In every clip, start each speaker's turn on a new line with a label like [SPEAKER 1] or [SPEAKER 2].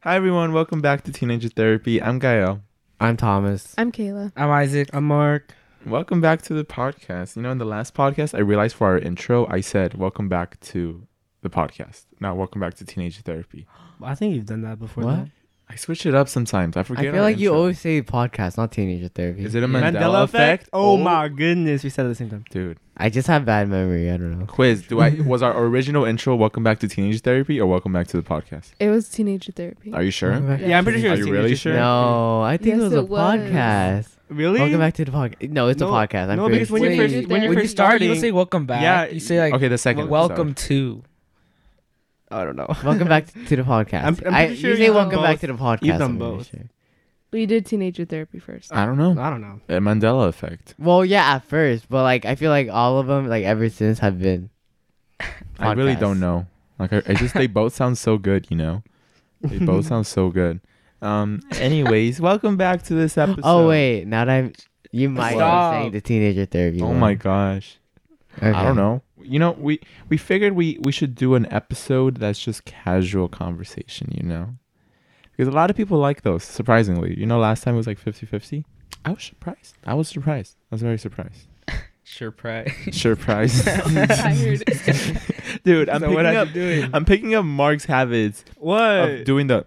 [SPEAKER 1] Hi everyone, welcome back to Teenager Therapy. I'm Gael.
[SPEAKER 2] I'm Thomas.
[SPEAKER 3] I'm Kayla.
[SPEAKER 4] I'm Isaac.
[SPEAKER 2] I'm Mark.
[SPEAKER 1] Welcome back to the podcast. You know, in the last podcast, I realized for our intro, I said, "Welcome back to the podcast." Now, welcome back to Teenager Therapy.
[SPEAKER 4] I think you've done that before.
[SPEAKER 2] What?
[SPEAKER 4] though.
[SPEAKER 1] I switch it up sometimes. I forget.
[SPEAKER 2] I feel
[SPEAKER 1] our
[SPEAKER 2] like you
[SPEAKER 1] intro.
[SPEAKER 2] always say podcast, not teenager therapy.
[SPEAKER 1] Is it a Mandela, effect?
[SPEAKER 4] Oh, my goodness, we said it at the same time.
[SPEAKER 1] dude!
[SPEAKER 2] I just have bad memory. I don't know.
[SPEAKER 1] Quiz: Do I was our original intro "Welcome back to Teenager Therapy" or "Welcome back to the podcast"?
[SPEAKER 3] It was teenager therapy.
[SPEAKER 1] Are you sure?
[SPEAKER 2] Welcome back
[SPEAKER 4] Yeah,
[SPEAKER 3] Yeah.
[SPEAKER 4] I'm pretty sure.
[SPEAKER 1] Are
[SPEAKER 4] it's
[SPEAKER 1] you
[SPEAKER 4] teenager,
[SPEAKER 1] really
[SPEAKER 2] to-
[SPEAKER 1] sure?
[SPEAKER 2] No, I think
[SPEAKER 3] Yes,
[SPEAKER 2] it was
[SPEAKER 3] it
[SPEAKER 2] a
[SPEAKER 3] was.
[SPEAKER 2] podcast.
[SPEAKER 4] Really?
[SPEAKER 2] Welcome back to the podcast. No, it's
[SPEAKER 4] No,
[SPEAKER 2] a podcast. I'm
[SPEAKER 4] no, because
[SPEAKER 2] pretty-
[SPEAKER 4] when you
[SPEAKER 3] Wait,
[SPEAKER 4] first
[SPEAKER 3] did
[SPEAKER 4] when
[SPEAKER 3] that?
[SPEAKER 4] you're
[SPEAKER 3] When
[SPEAKER 4] first
[SPEAKER 5] start, you
[SPEAKER 4] starting,
[SPEAKER 5] don't say welcome back.
[SPEAKER 4] Yeah,
[SPEAKER 5] you say like
[SPEAKER 1] okay, the second.
[SPEAKER 5] "Wel- welcome to.
[SPEAKER 4] I don't know.
[SPEAKER 2] Welcome back to the podcast.
[SPEAKER 4] I'm- I'm
[SPEAKER 2] I-
[SPEAKER 4] pretty sure
[SPEAKER 2] you say
[SPEAKER 3] you've
[SPEAKER 2] welcome
[SPEAKER 3] done
[SPEAKER 2] back
[SPEAKER 4] both.
[SPEAKER 2] to the podcast.
[SPEAKER 4] You've done
[SPEAKER 2] I'm pretty
[SPEAKER 4] both.
[SPEAKER 2] sure.
[SPEAKER 3] we did teenager therapy first.
[SPEAKER 1] Episode. I don't know.
[SPEAKER 4] I don't know.
[SPEAKER 1] A Mandela effect.
[SPEAKER 2] Well, yeah, at first, but like I feel like all of them, like ever since, have been.
[SPEAKER 1] I really
[SPEAKER 2] Podcast.
[SPEAKER 1] don't know. Like I, I just they both sound so good, you know. They both sound so good. Um. Anyways, welcome back to this episode.
[SPEAKER 2] Oh wait, now that I'm, you might
[SPEAKER 5] Stop.
[SPEAKER 2] be saying the teenager therapy.
[SPEAKER 1] Oh
[SPEAKER 2] one.
[SPEAKER 1] my gosh.
[SPEAKER 2] Okay.
[SPEAKER 1] I don't know. You know, we we figured we we should do an episode that's just casual conversation. You know, because a lot of people like those. Surprisingly, you know, last time it was like 50-50. I was surprised. I was surprised. I was very surprised.
[SPEAKER 5] Sure, pride.
[SPEAKER 1] Surprised,
[SPEAKER 3] Tired.
[SPEAKER 1] dude.
[SPEAKER 5] So
[SPEAKER 1] I'm picking
[SPEAKER 5] what are
[SPEAKER 1] up.
[SPEAKER 5] you doing?
[SPEAKER 1] I'm picking up Mark's habits of
[SPEAKER 4] What?
[SPEAKER 1] doing the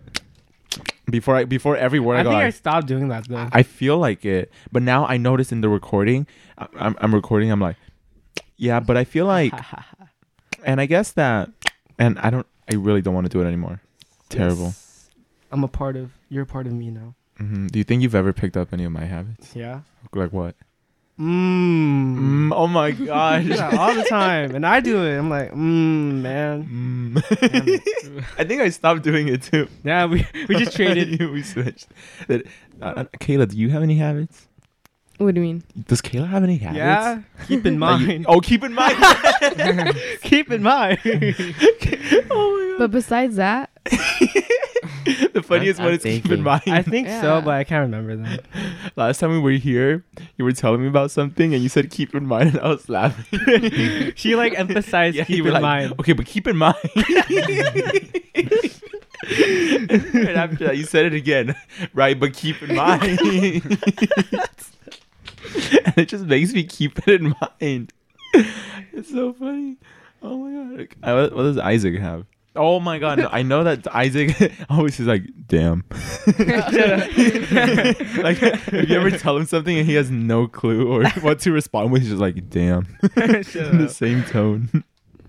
[SPEAKER 1] before I before every word I,
[SPEAKER 4] I
[SPEAKER 1] go.
[SPEAKER 4] think I
[SPEAKER 1] out.
[SPEAKER 4] stopped doing that though.
[SPEAKER 1] I feel like it, but now I notice in the recording, I- I'm, I'm recording. I'm like, yeah, but I feel like, and I guess that, and I don't, I really don't want to do it anymore. Terrible.
[SPEAKER 4] Yes. I'm a part of. You're a part of me now.
[SPEAKER 1] hmm Do you think you've ever picked up any of my habits?
[SPEAKER 4] Yeah.
[SPEAKER 1] Like what?
[SPEAKER 4] Mmm.
[SPEAKER 1] Mm, oh my gosh.
[SPEAKER 4] all the time, and I do it. I'm like, mmm, man.
[SPEAKER 1] Mm. I think I stopped doing it too.
[SPEAKER 4] Yeah, we we just traded.
[SPEAKER 1] we switched. That- uh, Kayla, do you have any habits?
[SPEAKER 3] what do you mean?
[SPEAKER 1] Does Kayla have any habits?
[SPEAKER 4] yeah. Keep in Oh
[SPEAKER 1] That you-
[SPEAKER 4] mind.
[SPEAKER 1] oh, keep in mind.
[SPEAKER 4] keep in mind.
[SPEAKER 3] But besides that,
[SPEAKER 1] the funniest
[SPEAKER 2] I'm
[SPEAKER 1] one is keep in
[SPEAKER 2] thinking.
[SPEAKER 1] mind.
[SPEAKER 4] I think so,
[SPEAKER 3] Yeah.
[SPEAKER 4] but I can't remember them.
[SPEAKER 1] Last time we were here, you were telling me about something and you said keep in mind and I was laughing.
[SPEAKER 4] She like emphasized
[SPEAKER 1] Yeah, you
[SPEAKER 4] keep
[SPEAKER 1] were
[SPEAKER 4] in
[SPEAKER 1] like,
[SPEAKER 4] mind.
[SPEAKER 1] Okay, but keep in mind. and after that, you said it again. Right, but keep in mind. and it just makes me keep it in mind. It's so funny. Oh my god. I, what what does Isaac have? Oh my god, no, I know that Isaac always is like, damn. like if you ever tell him something and he has no clue or what to respond with, he's just like, damn. In the same tone.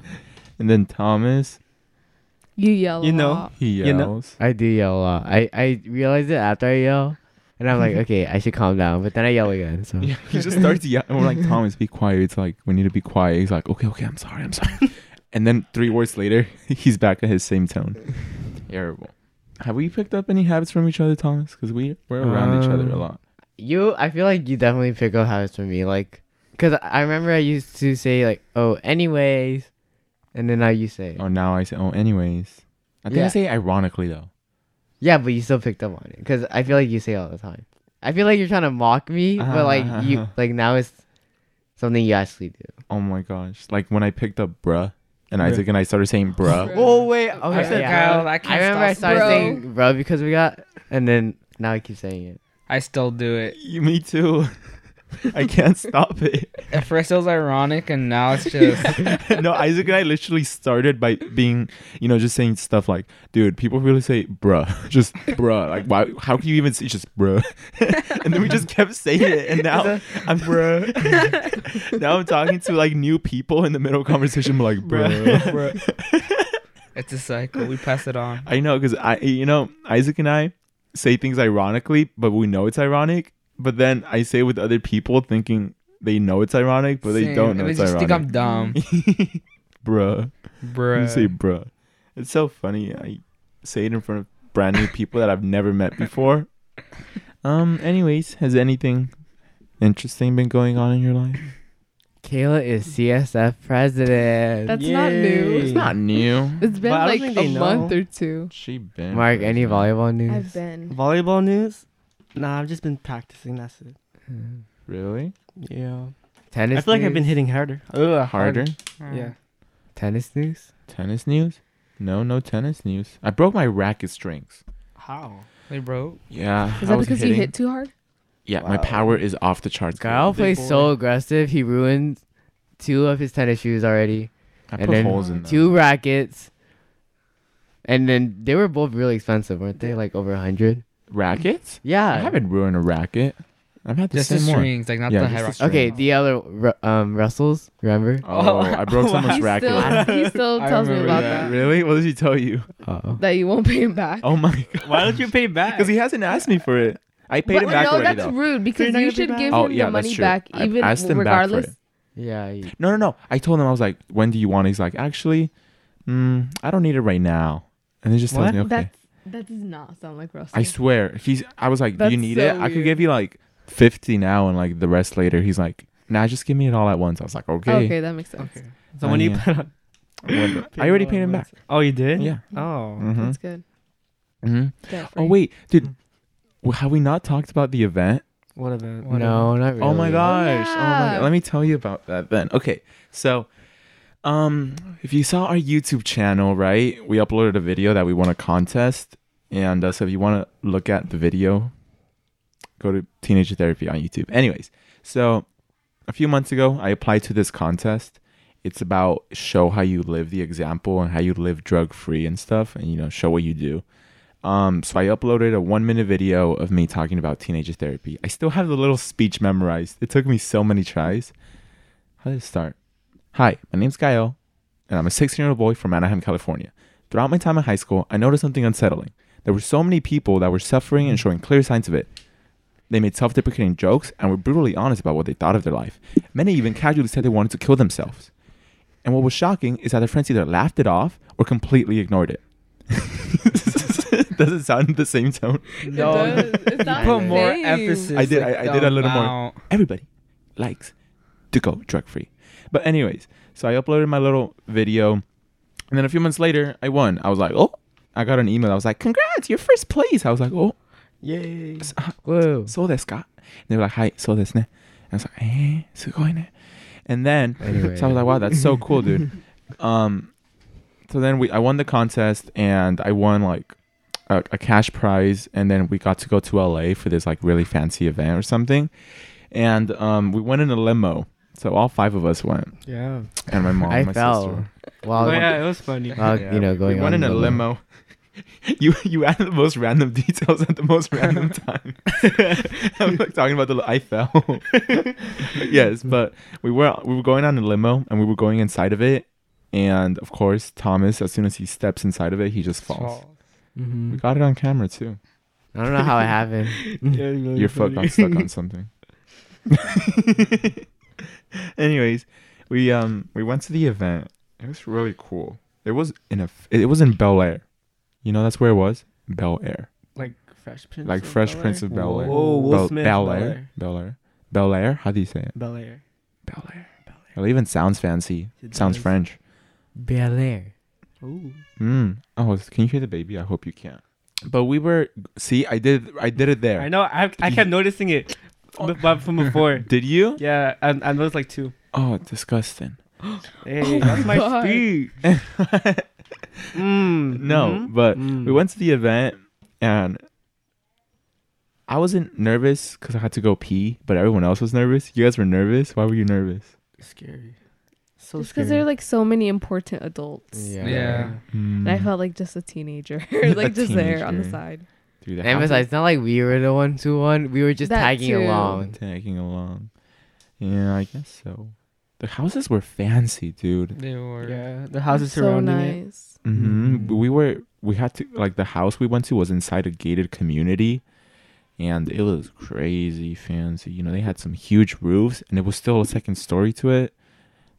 [SPEAKER 1] and then Thomas,
[SPEAKER 3] you yell.
[SPEAKER 4] You
[SPEAKER 3] a
[SPEAKER 4] know.
[SPEAKER 3] lot.
[SPEAKER 1] he yells.
[SPEAKER 4] You know-
[SPEAKER 2] I do yell a lot. I I realize it after I yell, and I'm like, okay, I should calm down. But then I yell again. So
[SPEAKER 1] Yeah, he just starts yelling. We're like, Thomas, be quiet. It's like, we need to be quiet. He's like, okay, okay, I'm sorry, I'm sorry. and then three words later, he's back at his same tone. Terrible. Have we picked up any habits from each other, Thomas? Because we, we're around each other a
[SPEAKER 2] Um,
[SPEAKER 1] lot.
[SPEAKER 2] you, I feel like you definitely pick up habits from me, like, cause I remember I used to say like, oh, anyways, and then now you say, it.
[SPEAKER 1] Oh, now I say, oh, anyways. I think I
[SPEAKER 2] Yeah.
[SPEAKER 1] say ironically, though.
[SPEAKER 2] yeah, but you still picked up on it, cause I feel like you say it all the time. I feel like you're trying to mock me, but like
[SPEAKER 1] Uh-huh.
[SPEAKER 2] you, like now it's something you actually do.
[SPEAKER 1] Oh my gosh. Like when I picked up bruh and Isaac and I started saying bruh.
[SPEAKER 2] Oh wait, okay,
[SPEAKER 5] I said,
[SPEAKER 2] yeah.
[SPEAKER 5] Kyle, I can't
[SPEAKER 2] I remember
[SPEAKER 5] stop
[SPEAKER 2] I started
[SPEAKER 3] bro.
[SPEAKER 2] saying bro because we got, and then now I keep saying it.
[SPEAKER 5] I still do it.
[SPEAKER 1] You, me too. I can't stop it.
[SPEAKER 5] At first it was ironic, and now it's just
[SPEAKER 1] no, Isaac and I literally started by being, you know, just saying stuff like, dude, people really say bruh. Just bruh. Like, why? How can you even say just bruh? and then we just kept saying it. And now I'm bruh. now I'm talking to like new people in the middle of conversation, I'm like, bruh.
[SPEAKER 5] it's a cycle. We pass it on.
[SPEAKER 1] I know, because I, you know, Isaac and I say things ironically, but we know it's ironic. But then I say it with other people thinking they know it's ironic, but they
[SPEAKER 5] Same.
[SPEAKER 1] don't know
[SPEAKER 5] They
[SPEAKER 1] it's
[SPEAKER 5] just
[SPEAKER 1] ironic.
[SPEAKER 5] think I'm dumb,
[SPEAKER 1] bruh.
[SPEAKER 5] bro.
[SPEAKER 1] You say bruh. It's so funny. I say it in front of brand new people that I've never met before. Um. Anyways, has anything interesting been going on in your life?
[SPEAKER 2] Kayla is CSF president.
[SPEAKER 3] That's not new.
[SPEAKER 4] Yay.
[SPEAKER 3] It's,
[SPEAKER 1] Not new.
[SPEAKER 3] been
[SPEAKER 4] But I don't
[SPEAKER 3] like
[SPEAKER 4] think they
[SPEAKER 3] a month
[SPEAKER 4] know.
[SPEAKER 3] or two.
[SPEAKER 1] She been
[SPEAKER 2] Mark, any volleyball news?
[SPEAKER 3] I've been.
[SPEAKER 4] Volleyball news? Nah, I've just been practicing. That's it.
[SPEAKER 1] Really
[SPEAKER 4] Yeah.
[SPEAKER 2] Tennis.
[SPEAKER 4] I feel like
[SPEAKER 2] news?
[SPEAKER 4] I've been hitting harder. Ugh,
[SPEAKER 1] harder.
[SPEAKER 4] Yeah.
[SPEAKER 2] tennis news.
[SPEAKER 1] Tennis news? No, no tennis news. I broke my racket strings.
[SPEAKER 4] How?
[SPEAKER 5] Wait, bro.
[SPEAKER 1] Yeah.
[SPEAKER 3] Is
[SPEAKER 1] I
[SPEAKER 3] that
[SPEAKER 1] was
[SPEAKER 3] because you
[SPEAKER 1] hitting-
[SPEAKER 3] hit too hard?
[SPEAKER 1] Yeah, my
[SPEAKER 4] Wow.
[SPEAKER 1] power is off the charts.
[SPEAKER 2] Kyle
[SPEAKER 4] Big
[SPEAKER 2] plays
[SPEAKER 4] boy.
[SPEAKER 2] so aggressive. He ruined two of his tennis shoes already.
[SPEAKER 1] I
[SPEAKER 2] and
[SPEAKER 1] put
[SPEAKER 2] then
[SPEAKER 1] holes in them.
[SPEAKER 2] Two rackets. And then they were both really expensive, weren't they? Like over a hundred.
[SPEAKER 1] rackets.
[SPEAKER 2] Yeah.
[SPEAKER 1] I haven't ruined a racket. I've had the
[SPEAKER 5] Just the
[SPEAKER 1] same one.
[SPEAKER 5] strings, like not
[SPEAKER 1] Yeah,
[SPEAKER 5] the
[SPEAKER 1] just
[SPEAKER 5] high
[SPEAKER 1] the
[SPEAKER 5] rock.
[SPEAKER 1] string.
[SPEAKER 2] Okay, the other Ru- um Russells, remember?
[SPEAKER 1] Oh, I broke someone's
[SPEAKER 3] He
[SPEAKER 1] racket.
[SPEAKER 3] still, he still
[SPEAKER 5] I
[SPEAKER 3] tells me
[SPEAKER 5] remember
[SPEAKER 3] about
[SPEAKER 5] that.
[SPEAKER 3] that.
[SPEAKER 1] Really? What did he tell you?
[SPEAKER 2] Oh.
[SPEAKER 3] That you won't pay him back.
[SPEAKER 1] Oh my god.
[SPEAKER 4] Why don't you pay back?
[SPEAKER 1] Because he hasn't asked me for it. I paid him
[SPEAKER 3] But
[SPEAKER 1] back
[SPEAKER 3] no,
[SPEAKER 1] already
[SPEAKER 3] that's
[SPEAKER 1] though.
[SPEAKER 3] rude because
[SPEAKER 4] not
[SPEAKER 3] you
[SPEAKER 4] gonna pay
[SPEAKER 3] should
[SPEAKER 4] back?
[SPEAKER 3] give
[SPEAKER 1] Oh,
[SPEAKER 3] him
[SPEAKER 1] yeah,
[SPEAKER 3] the
[SPEAKER 1] that's
[SPEAKER 3] money
[SPEAKER 1] true.
[SPEAKER 3] back,
[SPEAKER 1] I
[SPEAKER 3] even
[SPEAKER 1] asked him back for
[SPEAKER 3] regardless.
[SPEAKER 1] it.
[SPEAKER 2] Yeah. you-
[SPEAKER 1] No, no, no. I told him I was like, when do you want? it?" He's like, actually, mm, I don't need it right now. And he just tells
[SPEAKER 4] What?
[SPEAKER 1] me, okay.
[SPEAKER 3] That that does not sound like Russell.
[SPEAKER 1] I swear. He's. I was like, do
[SPEAKER 3] That's
[SPEAKER 1] you need
[SPEAKER 3] so
[SPEAKER 1] it? I could
[SPEAKER 3] weird.
[SPEAKER 1] give you like fifty now and like the rest later. He's like, nah, just give me it all at once. I was like, okay.
[SPEAKER 3] Okay, that makes sense.
[SPEAKER 5] Okay.
[SPEAKER 4] So when
[SPEAKER 1] Oh,
[SPEAKER 4] you
[SPEAKER 1] yeah.
[SPEAKER 4] plan on
[SPEAKER 1] I already paid him back.
[SPEAKER 4] Oh, you did?
[SPEAKER 1] Yeah.
[SPEAKER 4] Oh.
[SPEAKER 1] Mm-hmm.
[SPEAKER 3] That's good.
[SPEAKER 1] hmm
[SPEAKER 3] Debt
[SPEAKER 1] Oh
[SPEAKER 3] free.
[SPEAKER 1] wait, dude. w- Have we not talked about the event?
[SPEAKER 4] Mm-hmm. What event?
[SPEAKER 5] What
[SPEAKER 2] No, not really.
[SPEAKER 1] Oh my gosh. Oh, my
[SPEAKER 3] yeah.
[SPEAKER 1] god. Let me tell you about that then. Okay. So um if you saw our YouTube channel, right? We uploaded a video that we won a contest. And uh, so if you want to look at the video, go to Teenager Therapy on YouTube. Anyways, so a few months ago, I applied to this contest. It's about show how you live the example and how you live drug free and stuff, and you know show what you do. Um, so I uploaded a one minute video of me talking about teenager therapy. I still have the little speech memorized. It took me so many tries. How did it start? Hi, my name's Gael, and I'm a 16 year old boy from Anaheim, California. Throughout my time in high school, I noticed something unsettling. There were so many people that were suffering and showing clear signs of it. They made self deprecating jokes and were brutally honest about what they thought of their life. Many even casually said they wanted to kill themselves. And what was shocking is that their friends either laughed it off or completely ignored it. Does it sound the same tone?
[SPEAKER 5] No.
[SPEAKER 3] It does. It's not
[SPEAKER 5] Put
[SPEAKER 3] the
[SPEAKER 5] more
[SPEAKER 3] same.
[SPEAKER 5] emphasis.
[SPEAKER 1] I did-
[SPEAKER 5] like,
[SPEAKER 1] I- I did a little more.
[SPEAKER 5] amount.
[SPEAKER 1] Everybody likes to go drug free. But, anyways, so I uploaded my little video. And then a few months later, I won. I was like, oh, I got an email. I was like, congrats, you're first place. I was like, oh,
[SPEAKER 4] Yay.
[SPEAKER 2] Whoa.
[SPEAKER 1] so this guy. And they were like, hi, so this. And I was like, eh, so going And then
[SPEAKER 2] Anyway.
[SPEAKER 1] So I was like, wow, that's so cool, dude. um, so then we, I won the contest and I won like a, a cash prize, and then we got to go to LA for this like really fancy event or something, and um, we went in a limo. So all five of us went,
[SPEAKER 4] Yeah.
[SPEAKER 1] and my mom,
[SPEAKER 2] I
[SPEAKER 1] my
[SPEAKER 2] fell.
[SPEAKER 1] sister.
[SPEAKER 2] While,
[SPEAKER 4] oh, yeah, it was funny.
[SPEAKER 2] while
[SPEAKER 1] Yeah,
[SPEAKER 2] Uh, you know going
[SPEAKER 1] we went
[SPEAKER 2] on
[SPEAKER 1] in a
[SPEAKER 2] the-
[SPEAKER 1] limo. you you added the most random details at the most random time. I'm like talking about the li- I fell. yes, but we were we were going on a limo and we were going inside of it, and of course Thomas, as soon as he steps inside of it, he just falls.
[SPEAKER 5] False.
[SPEAKER 4] Mm-hmm.
[SPEAKER 1] We got it on camera too.
[SPEAKER 2] I don't know how it happened.
[SPEAKER 1] Your foot got stuck on something. Anyways, we um we went to the event. It was really cool. It was in a f- it was in Bel Air. You know that's where it was? Bel Air.
[SPEAKER 4] Like Fresh Prince.
[SPEAKER 1] Like Fresh Prince of Bel Air.
[SPEAKER 4] Whoa, Will
[SPEAKER 1] Bel-
[SPEAKER 4] Smith,
[SPEAKER 1] Bel
[SPEAKER 4] Bel
[SPEAKER 1] Air.
[SPEAKER 4] Air.
[SPEAKER 1] Bel Air. Bel Air. How do you say it?
[SPEAKER 4] Bel Air.
[SPEAKER 1] Bel Air. It even sounds fancy.
[SPEAKER 4] It
[SPEAKER 1] sounds
[SPEAKER 4] does.
[SPEAKER 1] French.
[SPEAKER 2] Bel Air.
[SPEAKER 4] Ooh.
[SPEAKER 1] Mm. Oh, can you hear the baby? I hope you can. But we were see, I did I did it there.
[SPEAKER 4] I know. I I kept noticing it, b- but from before.
[SPEAKER 1] Did you?
[SPEAKER 4] Yeah, I, I noticed like two.
[SPEAKER 1] Oh, disgusting.
[SPEAKER 4] Hey, that's my
[SPEAKER 3] God.
[SPEAKER 4] speech. Mm,
[SPEAKER 1] No,
[SPEAKER 4] mhm.
[SPEAKER 1] but
[SPEAKER 4] Mm.
[SPEAKER 1] we went to the event and I wasn't nervous because I had to go pee, but everyone else was nervous. You guys were nervous. Why were you nervous?
[SPEAKER 4] Scary. So
[SPEAKER 3] Just because there are like so many important adults.
[SPEAKER 2] Yeah.
[SPEAKER 5] Yeah.
[SPEAKER 1] Hmm.
[SPEAKER 3] And I felt like just a teenager,
[SPEAKER 1] A
[SPEAKER 3] like just there on the
[SPEAKER 1] teenager.
[SPEAKER 3] side.
[SPEAKER 1] Dude, that
[SPEAKER 2] And besides,
[SPEAKER 1] happened.
[SPEAKER 2] it's not like we were the ones who won. We were just
[SPEAKER 3] That
[SPEAKER 2] tagging
[SPEAKER 3] too.
[SPEAKER 4] Oh.
[SPEAKER 2] along.
[SPEAKER 1] Oh, tagging along. Yeah, I guess so. The houses were fancy, dude.
[SPEAKER 5] They were. Mm-hmm.
[SPEAKER 4] Yeah, the houses
[SPEAKER 3] so
[SPEAKER 4] surrounding it.
[SPEAKER 3] nice.
[SPEAKER 1] hmm
[SPEAKER 4] Mm-hmm.
[SPEAKER 2] Mhm.
[SPEAKER 1] We were we had to like the house we went to was inside a gated community, and it was crazy fancy. You know, they had some huge roofs, and it was still a second story to it.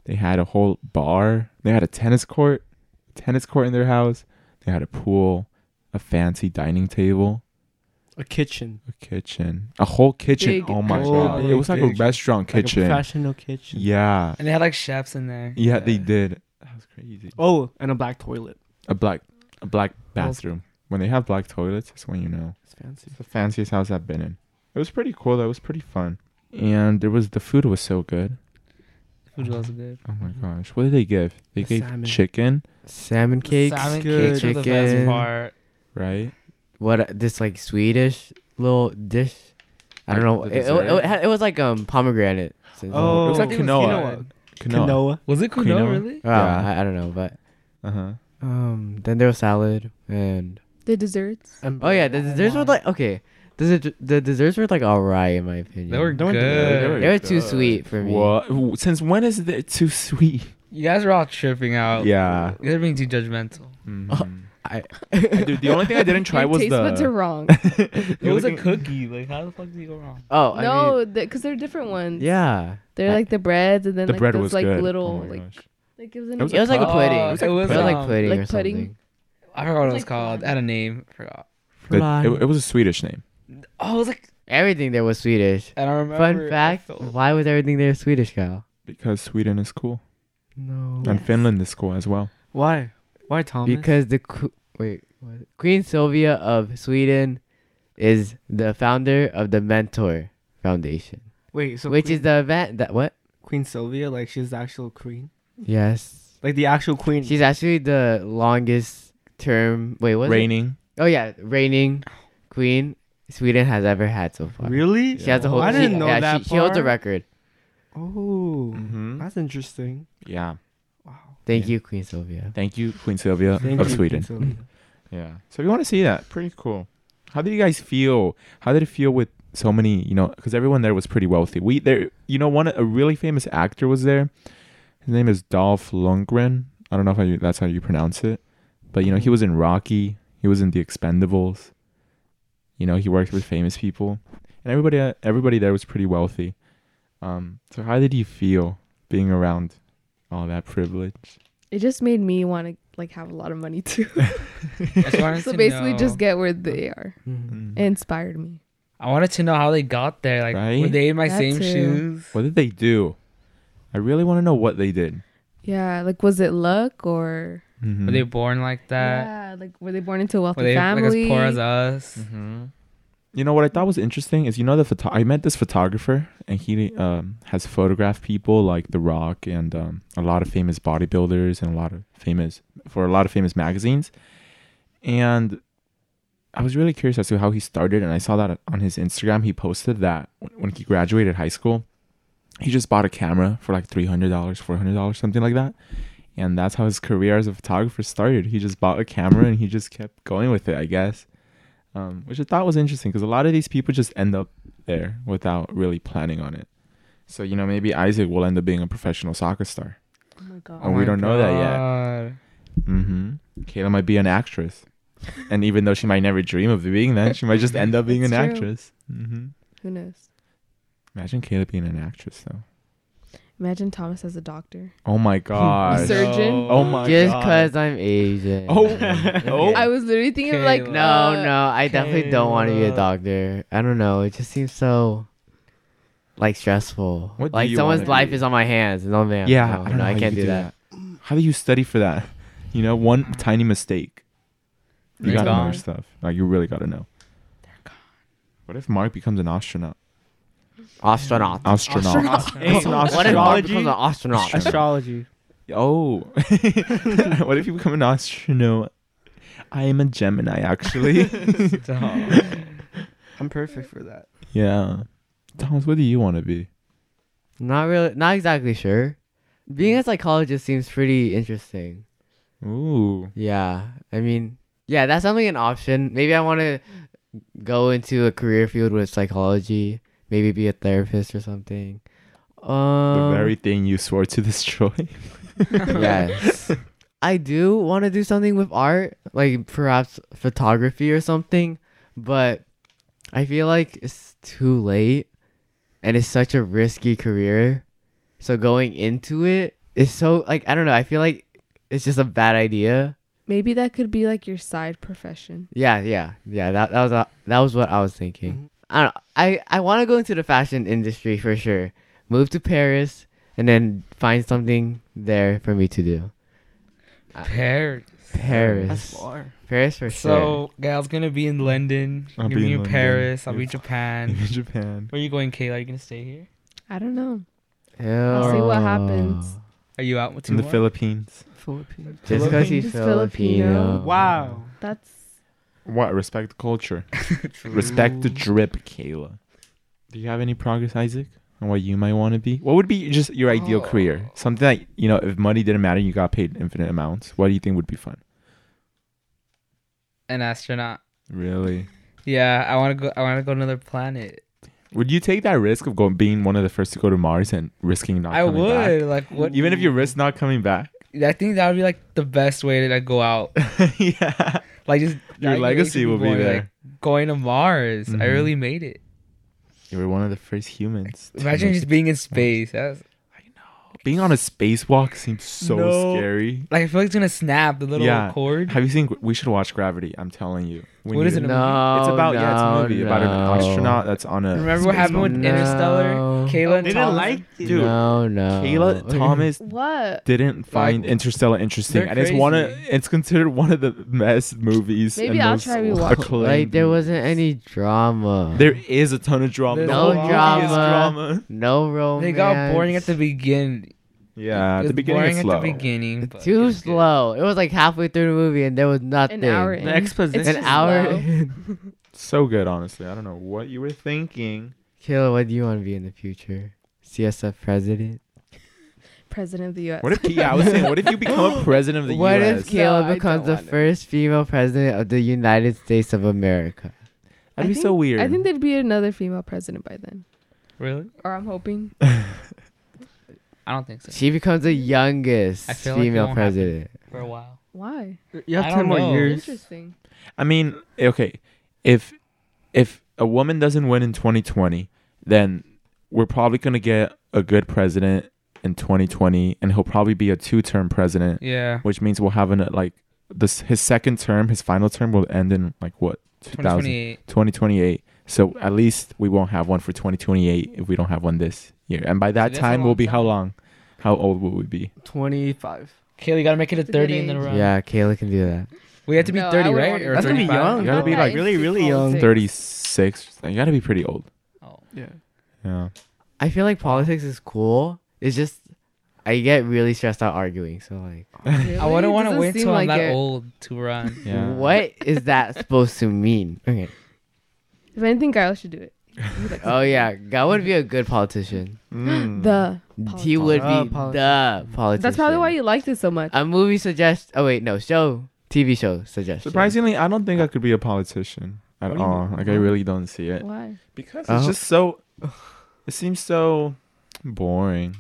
[SPEAKER 1] They had a whole bar. They had a tennis court, tennis court in their house. They had a pool, a fancy dining table,
[SPEAKER 4] A kitchen.
[SPEAKER 1] a kitchen, a whole kitchen.
[SPEAKER 3] Big
[SPEAKER 1] oh my
[SPEAKER 4] kitchen.
[SPEAKER 1] god, it
[SPEAKER 4] Big
[SPEAKER 1] was like a
[SPEAKER 4] kitchen.
[SPEAKER 1] restaurant kitchen.
[SPEAKER 4] Like a professional kitchen.
[SPEAKER 1] yeah,
[SPEAKER 5] And they had like chefs in there.
[SPEAKER 1] Yeah, they did. That was crazy.
[SPEAKER 4] Oh, and a black toilet.
[SPEAKER 1] A black, a black bathroom. When they have black toilets, that's when you know.
[SPEAKER 4] It's fancy.
[SPEAKER 1] It's the fanciest house I've been in. It was pretty cool. That was pretty fun. And there was the food was so good.
[SPEAKER 5] Food was good.
[SPEAKER 1] Oh my gosh, what did they give? They
[SPEAKER 4] The
[SPEAKER 1] gave
[SPEAKER 4] salmon.
[SPEAKER 1] chicken,
[SPEAKER 2] Salmon
[SPEAKER 5] The
[SPEAKER 2] cakes.
[SPEAKER 5] salmon
[SPEAKER 4] good
[SPEAKER 5] cakes were the best
[SPEAKER 2] chicken.
[SPEAKER 5] part.
[SPEAKER 1] right?
[SPEAKER 2] what uh, this like Swedish little dish. I don't know.
[SPEAKER 1] Like
[SPEAKER 2] It,
[SPEAKER 1] the
[SPEAKER 2] it, it, it was like um pomegranate.
[SPEAKER 4] Oh.
[SPEAKER 1] it was like
[SPEAKER 5] It was
[SPEAKER 1] quinoa. Quinoa.
[SPEAKER 4] Quinoa.
[SPEAKER 5] Was it Kuno,
[SPEAKER 1] Quinoa?
[SPEAKER 5] really?
[SPEAKER 2] Oh,
[SPEAKER 1] Yeah.
[SPEAKER 2] I, I don't know, but
[SPEAKER 1] Uh-huh.
[SPEAKER 2] um, then there was salad and
[SPEAKER 3] The desserts.
[SPEAKER 2] oh yeah, the desserts were like okay. The des- the desserts were like alright in my opinion.
[SPEAKER 5] They were
[SPEAKER 4] Don't do
[SPEAKER 1] that. They
[SPEAKER 5] good.
[SPEAKER 1] were-
[SPEAKER 2] They were too
[SPEAKER 1] good.
[SPEAKER 2] sweet for me.
[SPEAKER 1] What? Since when is it too sweet?
[SPEAKER 5] You guys are all tripping out.
[SPEAKER 1] Yeah.
[SPEAKER 5] You're being too judgmental.
[SPEAKER 1] Mhm.
[SPEAKER 2] I
[SPEAKER 1] Dude, the only thing I didn't try
[SPEAKER 3] Your
[SPEAKER 1] was
[SPEAKER 3] taste buds are
[SPEAKER 1] the.
[SPEAKER 3] wrong.
[SPEAKER 1] the
[SPEAKER 5] It was
[SPEAKER 1] only
[SPEAKER 5] a
[SPEAKER 1] thing-
[SPEAKER 5] cookie. Like, how the fuck did you go wrong?
[SPEAKER 2] oh I mean,
[SPEAKER 3] no, because they're different ones.
[SPEAKER 2] yeah.
[SPEAKER 3] They're
[SPEAKER 2] I-
[SPEAKER 3] like the breads and then
[SPEAKER 1] The
[SPEAKER 3] like
[SPEAKER 1] bread
[SPEAKER 3] those
[SPEAKER 1] was
[SPEAKER 3] like
[SPEAKER 1] good.
[SPEAKER 3] little
[SPEAKER 1] Oh my
[SPEAKER 3] like
[SPEAKER 1] gosh.
[SPEAKER 3] like it was an
[SPEAKER 1] It was
[SPEAKER 2] It was like a
[SPEAKER 5] Oh,
[SPEAKER 2] pudding.
[SPEAKER 5] it was,
[SPEAKER 1] It was
[SPEAKER 2] It was like
[SPEAKER 5] um,
[SPEAKER 2] pudding
[SPEAKER 3] like
[SPEAKER 2] or
[SPEAKER 3] pudding?
[SPEAKER 2] something.
[SPEAKER 5] I forgot what it was
[SPEAKER 3] Like
[SPEAKER 5] called.
[SPEAKER 3] flan.
[SPEAKER 5] It had a name. I forgot.
[SPEAKER 1] But it, it was a Swedish name.
[SPEAKER 5] Oh, it was like,
[SPEAKER 2] Everything there was Swedish.
[SPEAKER 5] and I remember.
[SPEAKER 2] Fun
[SPEAKER 5] I
[SPEAKER 2] fact:
[SPEAKER 5] felt-
[SPEAKER 2] Why was everything there Swedish, Kyle?
[SPEAKER 1] Because Sweden is cool.
[SPEAKER 2] No.
[SPEAKER 1] And
[SPEAKER 3] Yes.
[SPEAKER 1] Finland is cool as well.
[SPEAKER 4] Why? Why Thomas?
[SPEAKER 2] Because the qu- wait, what? Queen Sylvia of Sweden is the founder of the Mentor Foundation,
[SPEAKER 4] wait, so
[SPEAKER 2] which
[SPEAKER 4] Queen,
[SPEAKER 2] is the event that what?
[SPEAKER 4] Queen Sylvia? Like she's the actual queen,
[SPEAKER 2] Yes,
[SPEAKER 4] like the actual queen.
[SPEAKER 2] she's actually the longest term. Wait, what? is it?
[SPEAKER 1] Raining.
[SPEAKER 2] Oh yeah, reigning queen Sweden has ever had so far.
[SPEAKER 4] really?
[SPEAKER 2] She has a whole.
[SPEAKER 4] I didn't
[SPEAKER 2] she-
[SPEAKER 4] know
[SPEAKER 2] yeah,
[SPEAKER 4] that
[SPEAKER 2] She, she holds a
[SPEAKER 4] part.
[SPEAKER 2] record.
[SPEAKER 4] Oh,
[SPEAKER 1] Mm-hmm.
[SPEAKER 4] that's interesting.
[SPEAKER 1] Yeah.
[SPEAKER 4] Wow.
[SPEAKER 2] Thank
[SPEAKER 1] Yeah.
[SPEAKER 2] you, Queen Sylvia.
[SPEAKER 1] Thank you, Queen Sylvia
[SPEAKER 4] Thank
[SPEAKER 1] of
[SPEAKER 4] you,
[SPEAKER 1] Sweden.
[SPEAKER 4] Queen Sylvia.
[SPEAKER 1] Yeah. So if you want to see that, pretty cool. How did you guys feel? How did it feel with so many? You know, because everyone there was pretty wealthy. We there, you know, one a really famous actor was there. His name is Dolph Lundgren. I don't know if I, that's how you pronounce it, but you know, he was in Rocky. He was in The Expendables. You know, he worked with famous people, and everybody everybody there was pretty wealthy. Um, so how did you feel being around all that privilege?
[SPEAKER 3] It just made me want to like have a lot of money too.
[SPEAKER 5] I just wanted
[SPEAKER 3] so
[SPEAKER 5] to
[SPEAKER 3] basically,
[SPEAKER 5] know-
[SPEAKER 3] just get where
[SPEAKER 2] Mm-hmm.
[SPEAKER 3] they are. It inspired me.
[SPEAKER 5] I wanted to know how they got there. Like, were
[SPEAKER 1] Right?
[SPEAKER 5] they in my
[SPEAKER 3] That
[SPEAKER 5] same
[SPEAKER 3] too.
[SPEAKER 5] shoes?
[SPEAKER 1] What did they do? I really want to know what they did.
[SPEAKER 3] Yeah, like was it luck or
[SPEAKER 1] Mm-hmm.
[SPEAKER 5] Were they born like that?
[SPEAKER 3] yeah, like were they born into a wealthy
[SPEAKER 5] Were they
[SPEAKER 3] family?
[SPEAKER 5] like as poor as us?
[SPEAKER 1] Mm-hmm. You know what I thought was interesting is you know the photo- I met this photographer and he um, has photographed people like The Rock and um, a lot of famous bodybuilders and a lot of famous for a lot of famous magazines, and I was really curious as to how he started and I saw that on his Instagram he posted that when he graduated high school, he just bought a camera for like three hundred dollars, four hundred dollars, something like that, and that's how his career as a photographer started. He just bought a camera and he just kept going with it, I guess um, which I thought was interesting because a lot of these people just end up there without really planning on it. So you know, maybe Isaac will end up being a professional soccer star.
[SPEAKER 3] Oh my god.
[SPEAKER 1] Oh, we don't know that yet.
[SPEAKER 5] yet.
[SPEAKER 1] Mm-hmm. Kayla might be an actress, and even though she might never dream of being that, she might just end up being an
[SPEAKER 3] That's true.
[SPEAKER 1] actress. Mm-hmm.
[SPEAKER 3] Who knows?
[SPEAKER 1] Imagine Kayla being an actress though.
[SPEAKER 3] Imagine Thomas as a doctor.
[SPEAKER 1] Oh my god.
[SPEAKER 3] Sir- Surgeon?
[SPEAKER 1] oh my
[SPEAKER 2] Just
[SPEAKER 1] god.
[SPEAKER 2] cause I'm Asian.
[SPEAKER 1] Oh,
[SPEAKER 2] Okay.
[SPEAKER 1] oh.
[SPEAKER 3] I was literally thinking of like
[SPEAKER 5] Kayla.
[SPEAKER 2] No,
[SPEAKER 3] uh,
[SPEAKER 2] no, I definitely don't want to be a
[SPEAKER 5] Kayla.
[SPEAKER 2] doctor. I don't know. It just seems so like stressful.
[SPEAKER 1] What do
[SPEAKER 2] like
[SPEAKER 1] you
[SPEAKER 2] someone's
[SPEAKER 1] wanna
[SPEAKER 2] life
[SPEAKER 1] be?
[SPEAKER 2] is on my hands. No man.
[SPEAKER 1] Yeah,
[SPEAKER 2] no,
[SPEAKER 1] I,
[SPEAKER 2] I,
[SPEAKER 1] don't know
[SPEAKER 2] I
[SPEAKER 1] how you
[SPEAKER 2] can't do
[SPEAKER 1] do
[SPEAKER 2] that.
[SPEAKER 1] How do you study for that? You know, one tiny mistake. You
[SPEAKER 5] They're
[SPEAKER 1] gotta know your
[SPEAKER 5] gone.
[SPEAKER 1] stuff. Like you really gotta know. What if Mark becomes an astronaut?
[SPEAKER 2] Astronaut.
[SPEAKER 1] Astronaut. What's an
[SPEAKER 2] What if Mark
[SPEAKER 1] astronaut?
[SPEAKER 2] becomes an astronaut?
[SPEAKER 1] Astro-
[SPEAKER 4] Astrology.
[SPEAKER 1] Oh. what if you become an astronaut? I am a Gemini, actually.
[SPEAKER 5] Stop.
[SPEAKER 4] I'm perfect for that.
[SPEAKER 1] yeah. Thomas, what do you want to be?
[SPEAKER 2] not really. Not exactly sure. Being
[SPEAKER 1] Hmm.
[SPEAKER 2] a psychologist seems pretty interesting.
[SPEAKER 1] Ooh.
[SPEAKER 2] Yeah, I mean, yeah, that's definitely an option. Maybe I want to go into a career field with psychology. Maybe be a therapist or something. Um,
[SPEAKER 1] the very thing you swore to destroy.
[SPEAKER 2] yes. I do want to do something with art, like perhaps photography or something, but I feel like it's too late and it's such a risky career. So going into it is so like I don't know, I feel like it's just a bad idea.
[SPEAKER 3] maybe that could be like your side profession.
[SPEAKER 2] Yeah, yeah. Yeah, that that was uh, that was what I was thinking. I don't I I want to go into the fashion industry for sure. Move to Paris and then find something there for me to do.
[SPEAKER 5] Paired.
[SPEAKER 2] Paris.
[SPEAKER 4] far.
[SPEAKER 2] Paris for sure.
[SPEAKER 5] So, Gal's gonna be in London.
[SPEAKER 1] I'll
[SPEAKER 5] I'll
[SPEAKER 1] be
[SPEAKER 5] be
[SPEAKER 1] in
[SPEAKER 5] in
[SPEAKER 1] London.
[SPEAKER 5] Paris. I'll be
[SPEAKER 1] Yes.
[SPEAKER 5] Japan.
[SPEAKER 1] in Japan.
[SPEAKER 5] Where are you going, Kayla? Are you gonna stay here?
[SPEAKER 3] I don't know.
[SPEAKER 2] I'll
[SPEAKER 3] see what happens.
[SPEAKER 5] Are you out with two
[SPEAKER 1] In the
[SPEAKER 5] more?
[SPEAKER 1] Philippines.
[SPEAKER 4] Philippines.
[SPEAKER 2] Just because he's
[SPEAKER 3] Just
[SPEAKER 2] Filipino.
[SPEAKER 3] Filipino.
[SPEAKER 4] Wow.
[SPEAKER 3] That's
[SPEAKER 1] uh, What? Respect the culture.
[SPEAKER 5] True.
[SPEAKER 1] Respect the drip, Kayla. Do you have any progress, Isaac? On what you might want to be? What would be just your
[SPEAKER 3] Oh.
[SPEAKER 1] ideal career? Something that you know, if money didn't matter, you got paid infinite amounts. What do you think would be fun?
[SPEAKER 5] An astronaut.
[SPEAKER 1] Really?
[SPEAKER 5] Yeah, I want to go. I want to go to another planet.
[SPEAKER 1] Would you take that risk of going being one of the first to go to Mars and risking not?
[SPEAKER 5] I
[SPEAKER 1] coming
[SPEAKER 5] would.
[SPEAKER 1] back?
[SPEAKER 5] Like what?
[SPEAKER 1] Even if you risk not coming back.
[SPEAKER 5] I think that would be like the best way to like go out.
[SPEAKER 1] yeah.
[SPEAKER 5] Like just
[SPEAKER 1] Your
[SPEAKER 5] like,
[SPEAKER 1] legacy
[SPEAKER 5] people
[SPEAKER 1] will be
[SPEAKER 5] going,
[SPEAKER 1] there.
[SPEAKER 5] Like, going to Mars. I
[SPEAKER 1] Mhm.
[SPEAKER 5] really made it.
[SPEAKER 1] You were one of the first humans. to
[SPEAKER 5] Imagine
[SPEAKER 1] make
[SPEAKER 5] just
[SPEAKER 1] it.
[SPEAKER 5] being in space. That's,
[SPEAKER 1] being on a spacewalk seems so
[SPEAKER 5] No.
[SPEAKER 1] scary.
[SPEAKER 5] like I feel like it's gonna snap the little
[SPEAKER 1] Yeah.
[SPEAKER 5] cord.
[SPEAKER 1] Have you seen? We should watch Gravity. I'm telling you. We
[SPEAKER 5] What
[SPEAKER 1] need
[SPEAKER 5] is it
[SPEAKER 1] to-
[SPEAKER 5] movie?
[SPEAKER 2] No,
[SPEAKER 1] It's about yeah, it's a
[SPEAKER 2] no,
[SPEAKER 1] movie about an
[SPEAKER 2] no.
[SPEAKER 1] astronaut that's on a.
[SPEAKER 5] Remember what
[SPEAKER 1] spacewalk.
[SPEAKER 5] happened with
[SPEAKER 2] No.
[SPEAKER 5] Interstellar? Kayla and
[SPEAKER 4] They didn't
[SPEAKER 5] Thomas?
[SPEAKER 4] like it.
[SPEAKER 1] Dude,
[SPEAKER 2] no, no.
[SPEAKER 1] Kayla Thomas
[SPEAKER 3] What?
[SPEAKER 1] didn't find Interstellar interesting,
[SPEAKER 5] They're
[SPEAKER 1] and it's one of
[SPEAKER 5] crazy.
[SPEAKER 1] it's considered one of the best movies.
[SPEAKER 3] Maybe
[SPEAKER 1] and
[SPEAKER 3] I'll
[SPEAKER 1] most
[SPEAKER 3] try to watch it.
[SPEAKER 1] acclaimed
[SPEAKER 2] Like there
[SPEAKER 1] movies.
[SPEAKER 2] wasn't any drama.
[SPEAKER 1] There is a ton of drama.
[SPEAKER 5] There's
[SPEAKER 1] the
[SPEAKER 5] no
[SPEAKER 1] whole movie is
[SPEAKER 2] drama.
[SPEAKER 1] drama.
[SPEAKER 2] no romance.
[SPEAKER 5] They got boring at the beginning.
[SPEAKER 1] Yeah,
[SPEAKER 5] It was
[SPEAKER 1] the beginning
[SPEAKER 5] boring
[SPEAKER 1] is slow.
[SPEAKER 5] at the beginning. but it
[SPEAKER 2] Too
[SPEAKER 5] was good.
[SPEAKER 2] slow. It was like halfway through the movie and there was nothing.
[SPEAKER 3] An hour in.
[SPEAKER 5] The exposition.
[SPEAKER 2] An
[SPEAKER 3] just
[SPEAKER 2] hour.
[SPEAKER 3] low.
[SPEAKER 2] in.
[SPEAKER 1] So good, honestly. I don't know what you were thinking.
[SPEAKER 2] Kayla, what do you want to be in the future? CSF president.
[SPEAKER 3] President of the U.S.
[SPEAKER 1] What if yeah, I was saying, what if you become a president of the
[SPEAKER 2] What
[SPEAKER 1] U.S.?
[SPEAKER 2] if Kayla
[SPEAKER 3] No, I
[SPEAKER 2] becomes
[SPEAKER 3] don't
[SPEAKER 2] the
[SPEAKER 3] want it.
[SPEAKER 2] first female president of the United States of America?
[SPEAKER 1] That'd be
[SPEAKER 3] I
[SPEAKER 1] so
[SPEAKER 3] think-
[SPEAKER 1] weird.
[SPEAKER 3] I think there'd be another female president by then,
[SPEAKER 5] Really?
[SPEAKER 3] or I'm hoping.
[SPEAKER 5] I don't think so.
[SPEAKER 2] She becomes the youngest
[SPEAKER 5] I feel like it
[SPEAKER 2] female
[SPEAKER 5] won't happen.
[SPEAKER 2] president.
[SPEAKER 5] For a while.
[SPEAKER 3] Why?
[SPEAKER 4] You
[SPEAKER 5] I
[SPEAKER 4] have
[SPEAKER 5] don't
[SPEAKER 4] ten more
[SPEAKER 5] know.
[SPEAKER 4] years.
[SPEAKER 3] Interesting.
[SPEAKER 1] I mean, eh, okay, if if a woman doesn't win in 2020, then we're probably gonna get a good president in 2020, and he'll probably be a two-term president,
[SPEAKER 5] Yeah.
[SPEAKER 1] which means we'll have an uh, like this his second term, his final term will end in like what 2000
[SPEAKER 5] 2028.
[SPEAKER 1] 2028. So at least we won't have one for 2028 if we don't have one this year, and by that
[SPEAKER 5] that's a
[SPEAKER 1] time we'll
[SPEAKER 5] long
[SPEAKER 1] be how
[SPEAKER 5] time.
[SPEAKER 1] long? How old will we be?
[SPEAKER 4] Twenty-five.
[SPEAKER 5] Kayla, you gotta make it to
[SPEAKER 3] It's a
[SPEAKER 5] 30
[SPEAKER 3] good
[SPEAKER 5] in the
[SPEAKER 3] age.
[SPEAKER 5] row.
[SPEAKER 2] Yeah, Kayla can do that.
[SPEAKER 5] We have to be
[SPEAKER 3] No, I
[SPEAKER 5] 30,
[SPEAKER 3] wouldn't
[SPEAKER 5] right?
[SPEAKER 3] want to
[SPEAKER 5] Or
[SPEAKER 3] do
[SPEAKER 4] That's gonna be
[SPEAKER 5] 35?
[SPEAKER 4] young.
[SPEAKER 1] You gotta
[SPEAKER 3] Not
[SPEAKER 1] be,
[SPEAKER 3] that
[SPEAKER 1] like,
[SPEAKER 4] really,
[SPEAKER 3] into
[SPEAKER 4] really young.
[SPEAKER 3] politics.
[SPEAKER 1] 36. You gotta be pretty old.
[SPEAKER 5] Oh.
[SPEAKER 4] Yeah.
[SPEAKER 1] Yeah.
[SPEAKER 2] I feel like politics is cool. It's just I get really stressed out arguing. So like,
[SPEAKER 3] Really?
[SPEAKER 5] I wouldn't want to
[SPEAKER 3] Doesn't
[SPEAKER 5] wait
[SPEAKER 3] seem
[SPEAKER 5] till I'm
[SPEAKER 3] like
[SPEAKER 5] that
[SPEAKER 3] it.
[SPEAKER 5] old to run.
[SPEAKER 1] Yeah.
[SPEAKER 2] what is that supposed to mean? Okay.
[SPEAKER 3] If anything, Kyle should do it. He's like,
[SPEAKER 2] Oh yeah, God would be a good politician.
[SPEAKER 1] Hmm. Mm.
[SPEAKER 3] The.
[SPEAKER 2] He would be
[SPEAKER 4] Uh, poli-
[SPEAKER 2] the politician.
[SPEAKER 3] That's probably why you liked it so much.
[SPEAKER 2] a movie suggest. Oh wait, no show, TV show suggestion.
[SPEAKER 1] Surprisingly, I don't think I could be a politician at
[SPEAKER 5] What do you
[SPEAKER 1] all.
[SPEAKER 5] mean?
[SPEAKER 1] Like I really don't see it
[SPEAKER 3] Why?
[SPEAKER 1] because it's
[SPEAKER 2] Oh.
[SPEAKER 1] just so. It seems so boring.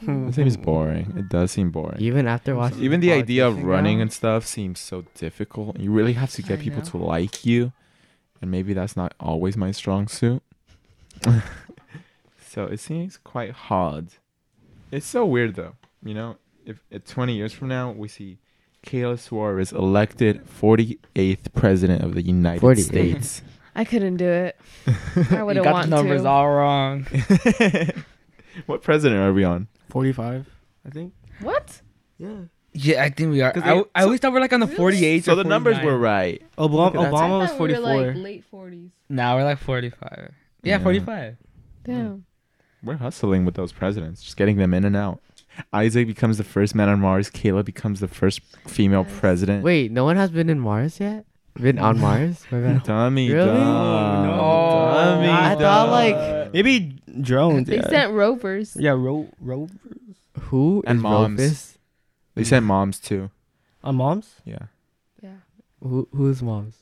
[SPEAKER 3] Hmm.
[SPEAKER 5] Hmm.
[SPEAKER 1] It seems boring. It does seem boring.
[SPEAKER 2] Even after watching.
[SPEAKER 1] Even the idea of
[SPEAKER 2] politician
[SPEAKER 1] running
[SPEAKER 2] now?
[SPEAKER 1] and stuff seems so difficult. You really have to get
[SPEAKER 5] I
[SPEAKER 1] people
[SPEAKER 5] know.
[SPEAKER 1] to like you, and maybe that's not always my strong suit. so it seems quite hard. It's so weird though. You know, if, if 20 years from now we see Kayla Suarez elected 48th president of the United
[SPEAKER 2] 48th.
[SPEAKER 1] States.
[SPEAKER 3] I couldn't do it. I
[SPEAKER 5] You
[SPEAKER 3] wouldn't
[SPEAKER 5] got the
[SPEAKER 3] want
[SPEAKER 5] numbers
[SPEAKER 3] to.
[SPEAKER 5] all wrong.
[SPEAKER 1] what president are we on?
[SPEAKER 4] Forty-five, I think.
[SPEAKER 3] what?
[SPEAKER 4] Yeah.
[SPEAKER 5] Yeah, I think we are.
[SPEAKER 1] 'Cause
[SPEAKER 5] I,
[SPEAKER 1] they-
[SPEAKER 5] I always thought we're like on the
[SPEAKER 3] Really?
[SPEAKER 5] 48.
[SPEAKER 1] So the numbers were right.
[SPEAKER 4] Obama,
[SPEAKER 1] Look at that.
[SPEAKER 4] Obama was
[SPEAKER 3] I thought we were,
[SPEAKER 4] forty-four.
[SPEAKER 3] like late 40s.
[SPEAKER 5] Now we're like 45. Yeah,
[SPEAKER 1] Yeah.
[SPEAKER 5] 45.
[SPEAKER 3] Damn.
[SPEAKER 1] We're hustling with those presidents, just getting them in and out. Isaac becomes the first man on Mars. Kayla becomes the first female
[SPEAKER 3] Nice.
[SPEAKER 1] president.
[SPEAKER 2] Wait, no one has been in Mars yet. Been on Mars? My bad.
[SPEAKER 1] dummy,
[SPEAKER 2] Really?
[SPEAKER 1] dumb. um,
[SPEAKER 5] Oh, no.
[SPEAKER 1] dummy,
[SPEAKER 2] I thought, like-
[SPEAKER 1] dumb.
[SPEAKER 4] Maybe
[SPEAKER 1] Mm.
[SPEAKER 4] drones.
[SPEAKER 3] They
[SPEAKER 4] yeah.
[SPEAKER 3] sent rovers.
[SPEAKER 4] yeah, ro- rovers.
[SPEAKER 2] Who
[SPEAKER 1] And
[SPEAKER 2] is
[SPEAKER 1] moms.
[SPEAKER 2] Rufus?
[SPEAKER 1] they sent moms too.
[SPEAKER 4] Uh, moms.
[SPEAKER 1] Yeah,
[SPEAKER 3] Yeah.
[SPEAKER 2] Who who's moms?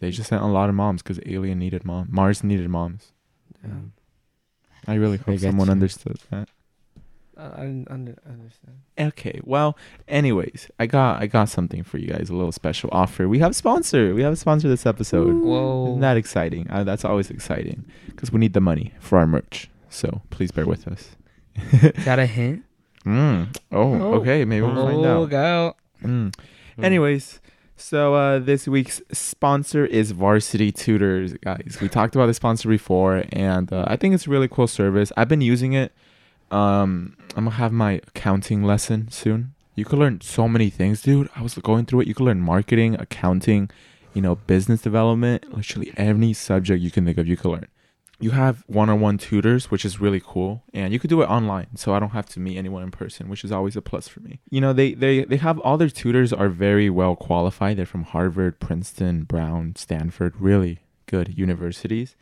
[SPEAKER 1] they just sent a lot of moms because Alien needed mom. Mars needed moms.
[SPEAKER 2] Um,
[SPEAKER 1] I
[SPEAKER 2] I
[SPEAKER 1] really hope
[SPEAKER 2] get
[SPEAKER 1] someone
[SPEAKER 2] you.
[SPEAKER 1] understood that.
[SPEAKER 4] I, Uh, I didn't under, understand.
[SPEAKER 1] Okay, well, anyways, I got I got something for you guys, a little special offer. We have a sponsor. We have a sponsor this episode.
[SPEAKER 5] Whoa.
[SPEAKER 1] Isn't that exciting? Uh, that's always exciting because we need the money for our merch. So please bear with us.
[SPEAKER 5] Is that a hint?
[SPEAKER 1] Mm. Oh,
[SPEAKER 3] Oh.
[SPEAKER 1] okay. Maybe we'll find
[SPEAKER 5] Oh,
[SPEAKER 1] out.
[SPEAKER 5] go.
[SPEAKER 1] Mm.
[SPEAKER 2] Hmm.
[SPEAKER 1] Anyways, so uh, this week's sponsor is Varsity Tutors, guys. We talked about the sponsor before, and uh, I think it's a really cool service. I've been using it. Um, I'm gonna have my accounting lesson soon. You could learn so many things, dude. I was going through it. You could learn marketing, accounting, you know, business development, literally any subject you can think of, you could learn. you have one-on-one tutors, which is really cool, and you could do it online, so I don't have to meet anyone in person, which is always a plus for me. You know, they they they have all their tutors are very well qualified. They're from Harvard, Princeton, Brown, Stanford, really good universities.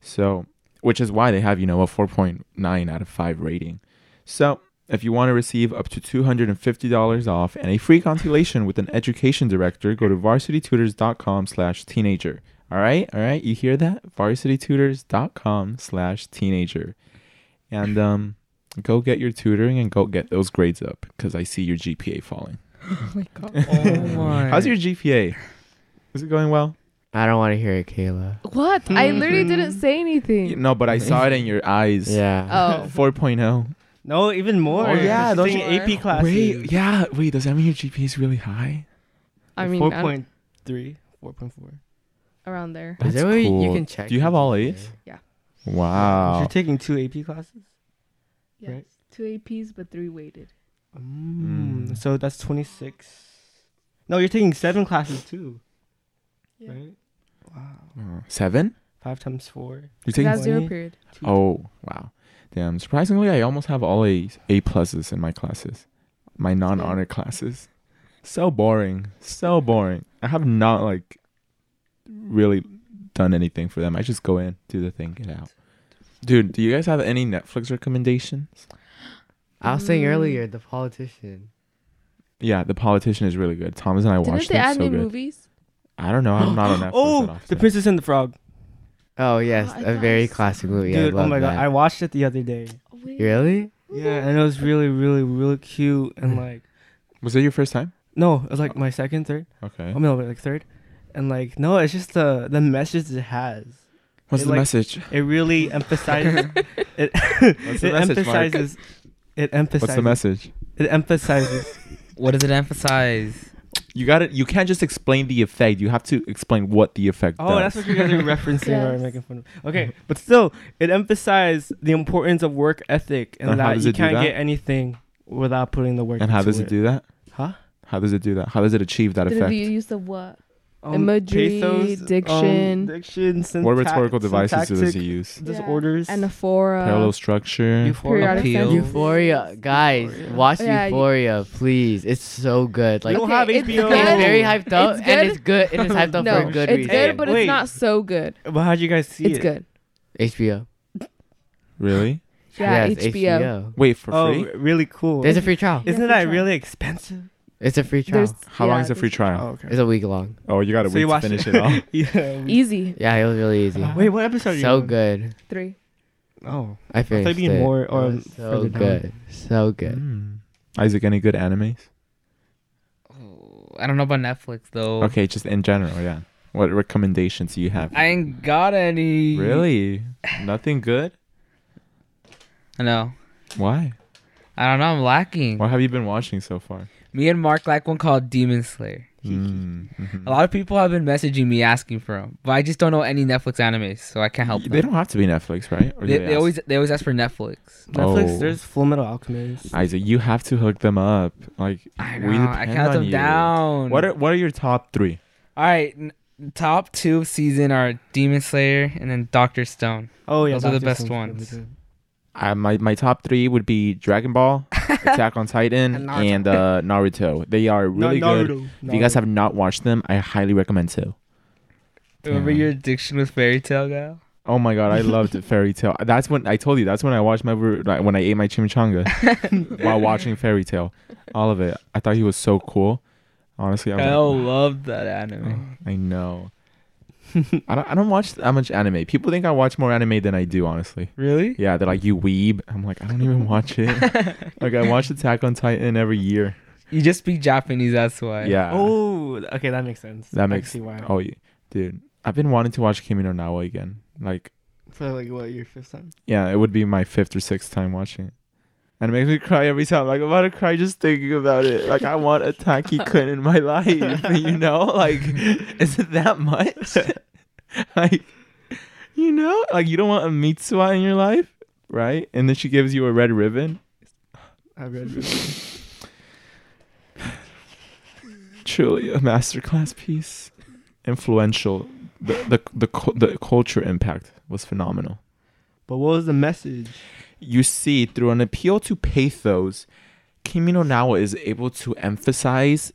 [SPEAKER 1] So, which is why they have, you know, a 4.9 out of 5 rating. So, if you want to receive up to $250 off and a free consultation with an education director, go to varsitytutors.com slash teenager. All right, all right, you hear that? varsitytutors.com slash teenager. And um, go get your tutoring and go get those grades up because I see your GPA falling.
[SPEAKER 3] Oh my god.
[SPEAKER 5] Oh my.
[SPEAKER 1] How's your GPA? Is it going well?
[SPEAKER 2] I don't want to hear it, Kayla.
[SPEAKER 3] What? I literally didn't
[SPEAKER 4] Mhm.
[SPEAKER 3] say anything.
[SPEAKER 1] Mm-hmm. No, but I saw it in your eyes.
[SPEAKER 2] Yeah.
[SPEAKER 3] Oh.
[SPEAKER 1] 4.0mo
[SPEAKER 4] No, even more.
[SPEAKER 5] Oh, yeah,
[SPEAKER 4] She's
[SPEAKER 5] don't
[SPEAKER 4] taking
[SPEAKER 5] you-
[SPEAKER 4] AP classes.
[SPEAKER 1] Wait, yeah, Uh, wait, does that mean your GPA is really high?
[SPEAKER 3] I mean, I don't-
[SPEAKER 4] 4.3, 4.4.
[SPEAKER 3] around there.
[SPEAKER 2] Is
[SPEAKER 1] That's
[SPEAKER 2] there a way you
[SPEAKER 1] cool.
[SPEAKER 2] can check?
[SPEAKER 1] Do you have
[SPEAKER 2] your
[SPEAKER 1] all
[SPEAKER 2] GPA?
[SPEAKER 1] A's?
[SPEAKER 4] You're
[SPEAKER 1] Wow.
[SPEAKER 4] taking two AP classes?
[SPEAKER 3] Yes.
[SPEAKER 4] Right.
[SPEAKER 3] Two APs, but three weighted.
[SPEAKER 4] Mm.
[SPEAKER 1] Mm.
[SPEAKER 4] So that's 26. No, you're taking seven classes too, right? Wow.
[SPEAKER 1] Uh, Seven?
[SPEAKER 4] Five times four.
[SPEAKER 1] You're taking
[SPEAKER 3] That's zero
[SPEAKER 4] Twenty.
[SPEAKER 3] period.
[SPEAKER 1] Oh wow, damn! Surprisingly, I almost have all A's, A pluses in my classes, my non-honor classes. So boring, so boring. I have not like really done anything for them. I just go in, do the thing, get out. Dude, do you guys have any Netflix recommendations? Uh,
[SPEAKER 2] I was saying
[SPEAKER 3] Mm.
[SPEAKER 2] earlier, the politician.
[SPEAKER 1] Yeah, The Politician is really good. Thomas and I
[SPEAKER 3] Didn't
[SPEAKER 1] watched
[SPEAKER 3] they
[SPEAKER 1] it.
[SPEAKER 3] add
[SPEAKER 1] So
[SPEAKER 3] new
[SPEAKER 1] good.
[SPEAKER 3] movies?
[SPEAKER 1] I don't know. I'm not on Netflix. that
[SPEAKER 4] Oh,
[SPEAKER 1] often.
[SPEAKER 4] The Princess and the Frog.
[SPEAKER 2] Oh yes,
[SPEAKER 3] I
[SPEAKER 2] a
[SPEAKER 3] thought I
[SPEAKER 2] very
[SPEAKER 3] saw-
[SPEAKER 2] classic movie. I
[SPEAKER 4] Dude, oh
[SPEAKER 2] love
[SPEAKER 4] my god,
[SPEAKER 2] that.
[SPEAKER 4] I watched it the other day.
[SPEAKER 3] Oh, wait.
[SPEAKER 2] really?
[SPEAKER 4] Yeah, and it was really, really, really cute and like
[SPEAKER 1] was that your first time?
[SPEAKER 4] no, it was like my second, third.
[SPEAKER 1] Okay.
[SPEAKER 4] Oh no, like third, and like no, it's just the the message it has.
[SPEAKER 1] What's
[SPEAKER 4] it,
[SPEAKER 1] the
[SPEAKER 4] like-
[SPEAKER 1] message?
[SPEAKER 4] It really emphasizes. it
[SPEAKER 1] What's the
[SPEAKER 4] it
[SPEAKER 1] message, Mark?
[SPEAKER 4] emphasizes. It emphasizes.
[SPEAKER 1] What's the message?
[SPEAKER 4] It emphasizes.
[SPEAKER 5] What does it emphasize?
[SPEAKER 1] You got to You can't just explain the effect. You have to explain what the effect
[SPEAKER 4] oh,
[SPEAKER 1] does.
[SPEAKER 4] that's what you guys are referencing or
[SPEAKER 3] Yes.
[SPEAKER 4] making fun of. Okay, but still, it emphasizes the importance of work ethic and
[SPEAKER 1] And how
[SPEAKER 4] that
[SPEAKER 1] does
[SPEAKER 4] you
[SPEAKER 1] it do
[SPEAKER 4] can't
[SPEAKER 1] that?
[SPEAKER 4] get anything without putting the work.
[SPEAKER 1] And how
[SPEAKER 4] into
[SPEAKER 1] does it do that?
[SPEAKER 4] Huh?
[SPEAKER 1] How does it do that? How does it achieve that
[SPEAKER 3] Did
[SPEAKER 1] effect?
[SPEAKER 3] it be used of what?
[SPEAKER 4] Um,
[SPEAKER 3] Imagery,
[SPEAKER 4] um,
[SPEAKER 3] diction.
[SPEAKER 4] diction,
[SPEAKER 1] what
[SPEAKER 4] syntax-
[SPEAKER 1] rhetorical devices does
[SPEAKER 4] syntactic
[SPEAKER 1] he use?
[SPEAKER 3] Yeah.
[SPEAKER 4] Disorders.
[SPEAKER 3] Anaphora.
[SPEAKER 1] Parallel structure.
[SPEAKER 4] Mm. Euphoria.
[SPEAKER 3] periodic
[SPEAKER 5] Appeal.
[SPEAKER 3] sentences.
[SPEAKER 2] Euphoria, guys, watch
[SPEAKER 3] Yeah, you-
[SPEAKER 2] Euphoria, please. It's so good.
[SPEAKER 4] We
[SPEAKER 2] Like
[SPEAKER 4] don't
[SPEAKER 3] Okay,
[SPEAKER 4] have
[SPEAKER 3] it's
[SPEAKER 4] HBO.
[SPEAKER 2] it's
[SPEAKER 3] good.
[SPEAKER 2] very hyped up,
[SPEAKER 3] It's
[SPEAKER 2] and
[SPEAKER 3] good.
[SPEAKER 2] it's good, and it's hyped up
[SPEAKER 3] No,
[SPEAKER 2] for a good
[SPEAKER 3] it's
[SPEAKER 2] reason.
[SPEAKER 3] good, but
[SPEAKER 4] Wait.
[SPEAKER 3] it's not so good.
[SPEAKER 4] But how'd you guys see
[SPEAKER 3] It's
[SPEAKER 4] it?
[SPEAKER 3] good.
[SPEAKER 2] HBO.
[SPEAKER 1] Really?
[SPEAKER 3] Yeah,
[SPEAKER 2] Yes,
[SPEAKER 3] HBO.
[SPEAKER 1] Wait for
[SPEAKER 4] oh,
[SPEAKER 1] free?
[SPEAKER 4] really cool.
[SPEAKER 2] There's a free trial.
[SPEAKER 3] It's-
[SPEAKER 4] Isn't
[SPEAKER 3] Yeah, free
[SPEAKER 4] that
[SPEAKER 3] trial.
[SPEAKER 4] really expensive?
[SPEAKER 2] It's a free trial.
[SPEAKER 3] There's
[SPEAKER 1] How long
[SPEAKER 3] yeah,
[SPEAKER 1] is a free
[SPEAKER 3] there's-
[SPEAKER 1] trial?
[SPEAKER 4] okay.
[SPEAKER 2] It's a week long.
[SPEAKER 1] Oh, you got to
[SPEAKER 4] So
[SPEAKER 1] wait
[SPEAKER 4] you
[SPEAKER 1] to
[SPEAKER 4] watched
[SPEAKER 1] finish
[SPEAKER 4] it.
[SPEAKER 1] it off.
[SPEAKER 4] yeah. we-
[SPEAKER 3] Easy
[SPEAKER 2] Yeah, it was really easy.
[SPEAKER 4] Wait, what episode? are you
[SPEAKER 2] so
[SPEAKER 4] on?
[SPEAKER 2] good.
[SPEAKER 3] three.
[SPEAKER 4] Oh,
[SPEAKER 2] I
[SPEAKER 4] I
[SPEAKER 2] finished
[SPEAKER 4] thought you
[SPEAKER 2] it.
[SPEAKER 4] mean more or
[SPEAKER 5] Oh,
[SPEAKER 2] It was so
[SPEAKER 4] further down.
[SPEAKER 2] good, so good.
[SPEAKER 1] Mm. Isaac, any good animes?
[SPEAKER 5] Oh, I don't know about Netflix though.
[SPEAKER 1] Okay, just in general, yeah. What recommendations do you have?
[SPEAKER 5] I ain't got any.
[SPEAKER 1] really? Nothing good?
[SPEAKER 5] No.
[SPEAKER 1] Why?
[SPEAKER 5] I don't know. I'm lacking.
[SPEAKER 1] What have you been watching so far?
[SPEAKER 5] Me and Mark like one called Demon Slayer.
[SPEAKER 1] Mm,
[SPEAKER 5] A
[SPEAKER 1] mhm.
[SPEAKER 5] lot of people have been messaging me asking for them, but I just don't know any Netflix animes, so I can't help them.
[SPEAKER 1] They don't have to be Netflix, right? Or do
[SPEAKER 5] Uh, They,
[SPEAKER 1] they
[SPEAKER 5] they
[SPEAKER 1] ask?
[SPEAKER 5] always they always ask for Netflix.
[SPEAKER 4] Netflix.
[SPEAKER 1] Oh.
[SPEAKER 4] There's Full Metal Alchemist.
[SPEAKER 1] Isaac, you have to hook them up. Like
[SPEAKER 5] I
[SPEAKER 1] we
[SPEAKER 5] know. I
[SPEAKER 1] depend
[SPEAKER 5] count
[SPEAKER 1] on
[SPEAKER 5] them
[SPEAKER 1] you.
[SPEAKER 5] down.
[SPEAKER 1] What are What are your top three?
[SPEAKER 5] All right. N- top two season are Demon Slayer and then Doctor Stone.
[SPEAKER 4] oh yeah,
[SPEAKER 5] Those are the
[SPEAKER 4] Doctor
[SPEAKER 5] best
[SPEAKER 4] Stone's really
[SPEAKER 5] ones.
[SPEAKER 4] good.
[SPEAKER 1] Uh, my my top three would be Dragon Ball, Attack on Titan,
[SPEAKER 5] And Naruto.
[SPEAKER 1] and uh, Naruto. They are really
[SPEAKER 4] Na-
[SPEAKER 1] good.
[SPEAKER 4] Naruto.
[SPEAKER 1] If you guys
[SPEAKER 4] Naruto.
[SPEAKER 1] have not watched them, I highly recommend to.
[SPEAKER 5] Remember
[SPEAKER 1] Damn.
[SPEAKER 5] your addiction with fairy tale gal?
[SPEAKER 1] Oh my god, I loved Fairy Tale. That's when I told you. That's when I watched my ver- like, when I ate my chimichanga while watching Fairy Tale. All of it. I thought he was so cool. Honestly, I was like,
[SPEAKER 5] Kyle loved that anime.
[SPEAKER 1] I know. I don't. I don't watch that much anime. People think I watch more anime than I do. Honestly.
[SPEAKER 5] Really?
[SPEAKER 1] Yeah, they're like you weeb. I'm like, I don't even watch it. like I watch Attack on Titan every year.
[SPEAKER 5] You just speak Japanese, that's why.
[SPEAKER 1] Yeah. Oh,
[SPEAKER 4] Oh, okay, that makes sense.
[SPEAKER 1] That
[SPEAKER 4] I
[SPEAKER 1] makes- Oh,
[SPEAKER 4] see why.
[SPEAKER 1] yeah. dude, I've been wanting to watch Kimi no Nawa again. Like,
[SPEAKER 4] For like what your fifth time?
[SPEAKER 1] yeah, it would be my fifth or sixth time watching it, and it makes me cry every time. Like I'm about to cry just thinking about it. Like I want a Taki Kun in my life. You know, like is it that much? like, you know, like you don't want a Mitsuha in your life, right? And then she gives you a red ribbon.
[SPEAKER 4] I read.
[SPEAKER 1] truly a masterclass piece. Influential. The the the, cu- the culture impact was phenomenal.
[SPEAKER 4] But what was the message?
[SPEAKER 1] you see, through an appeal to pathos, Kimi no Nawa is able to emphasize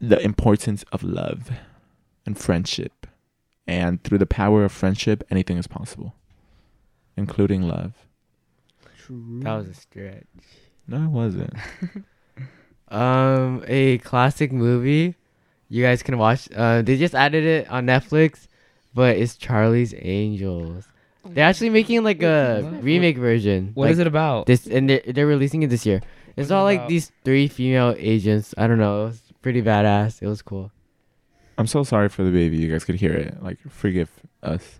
[SPEAKER 1] the importance of love and friendship. And through the power of friendship, anything is possible, including love.
[SPEAKER 4] True.
[SPEAKER 2] That was a stretch.
[SPEAKER 1] No, it wasn't.
[SPEAKER 2] Um, a classic movie. You guys can watch. Uh, they just added it on Netflix, but it's Charlie's Angels. They're actually making like
[SPEAKER 5] Oh. What?
[SPEAKER 2] a
[SPEAKER 5] What?
[SPEAKER 2] remake version.
[SPEAKER 5] What is it about?
[SPEAKER 2] This and they're, they're releasing it this year. It's
[SPEAKER 5] What's it
[SPEAKER 2] all like
[SPEAKER 5] about?
[SPEAKER 2] these three female agents. I don't know. It was pretty badass. It was cool.
[SPEAKER 1] I'm so sorry for the baby. You guys could hear it. Like, forgive us.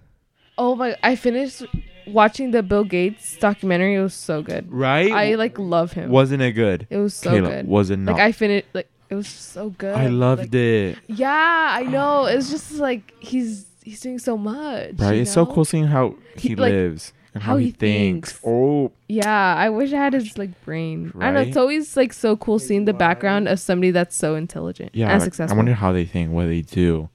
[SPEAKER 3] Oh my! I finished watching the Bill Gates documentary. It was so good.
[SPEAKER 1] Right?
[SPEAKER 3] I like love him.
[SPEAKER 1] wasn't it good?
[SPEAKER 3] It was so
[SPEAKER 1] Caleb,
[SPEAKER 3] good.
[SPEAKER 1] was it not?
[SPEAKER 3] Like I finished. Like it was just so good.
[SPEAKER 1] I loved
[SPEAKER 3] Uh, like,
[SPEAKER 1] it.
[SPEAKER 3] Yeah, I know. It's just like he's he's doing so much.
[SPEAKER 1] Right?
[SPEAKER 3] you
[SPEAKER 1] It's so
[SPEAKER 3] know?
[SPEAKER 1] cool seeing how he,
[SPEAKER 3] He, like,
[SPEAKER 1] lives and how,
[SPEAKER 3] how
[SPEAKER 1] he,
[SPEAKER 3] he
[SPEAKER 1] thinks.
[SPEAKER 3] thinks.
[SPEAKER 1] Oh,
[SPEAKER 3] Yeah, I wish I had his like brain. I don't know.
[SPEAKER 1] Right?
[SPEAKER 3] It's always like so cool seeing the background of somebody that's so intelligent
[SPEAKER 1] yeah.
[SPEAKER 3] and
[SPEAKER 1] like,
[SPEAKER 3] successful.
[SPEAKER 1] I wonder how they think, what they do.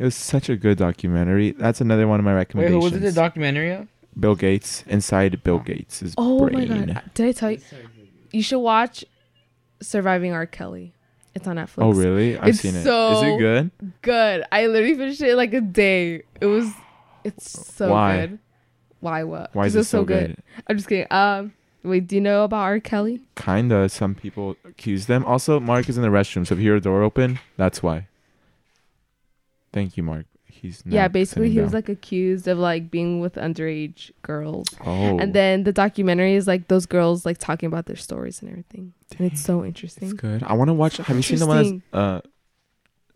[SPEAKER 1] It was such a good documentary. That's another one of my
[SPEAKER 5] Wait, who
[SPEAKER 1] recommendations.
[SPEAKER 5] was it? The documentary of?
[SPEAKER 1] Bill Gates inside Bill Gates'
[SPEAKER 3] oh
[SPEAKER 1] brain.
[SPEAKER 3] my god! Did I tell you? You should watch Surviving R. Kelly. It's on Netflix.
[SPEAKER 1] Oh really? I've
[SPEAKER 3] It's
[SPEAKER 1] seen it. Is
[SPEAKER 3] so
[SPEAKER 1] it good?
[SPEAKER 3] Good. I literally finished it in like a day. It was. It's so
[SPEAKER 1] Why?
[SPEAKER 3] good. Why what?
[SPEAKER 1] Why is
[SPEAKER 3] 'Cause it
[SPEAKER 1] it
[SPEAKER 3] was
[SPEAKER 1] so good?
[SPEAKER 3] I'm just kidding. Um, wait. Do you know about R. Kelly?
[SPEAKER 1] Kinda. Some people accuse them. Also, Mark is in the restroom, so if you hear a door open, that's why. Thank you, Mark. He's not
[SPEAKER 3] yeah. Basically,
[SPEAKER 1] sitting
[SPEAKER 3] he was
[SPEAKER 1] down.
[SPEAKER 3] like accused of like being with underage girls.
[SPEAKER 1] oh,
[SPEAKER 3] And then the documentary is like those girls like talking about their stories and everything. And it's so
[SPEAKER 1] it's
[SPEAKER 3] interesting.
[SPEAKER 1] good. I want to watch. Have you seen the one
[SPEAKER 3] Interesting.
[SPEAKER 1] that's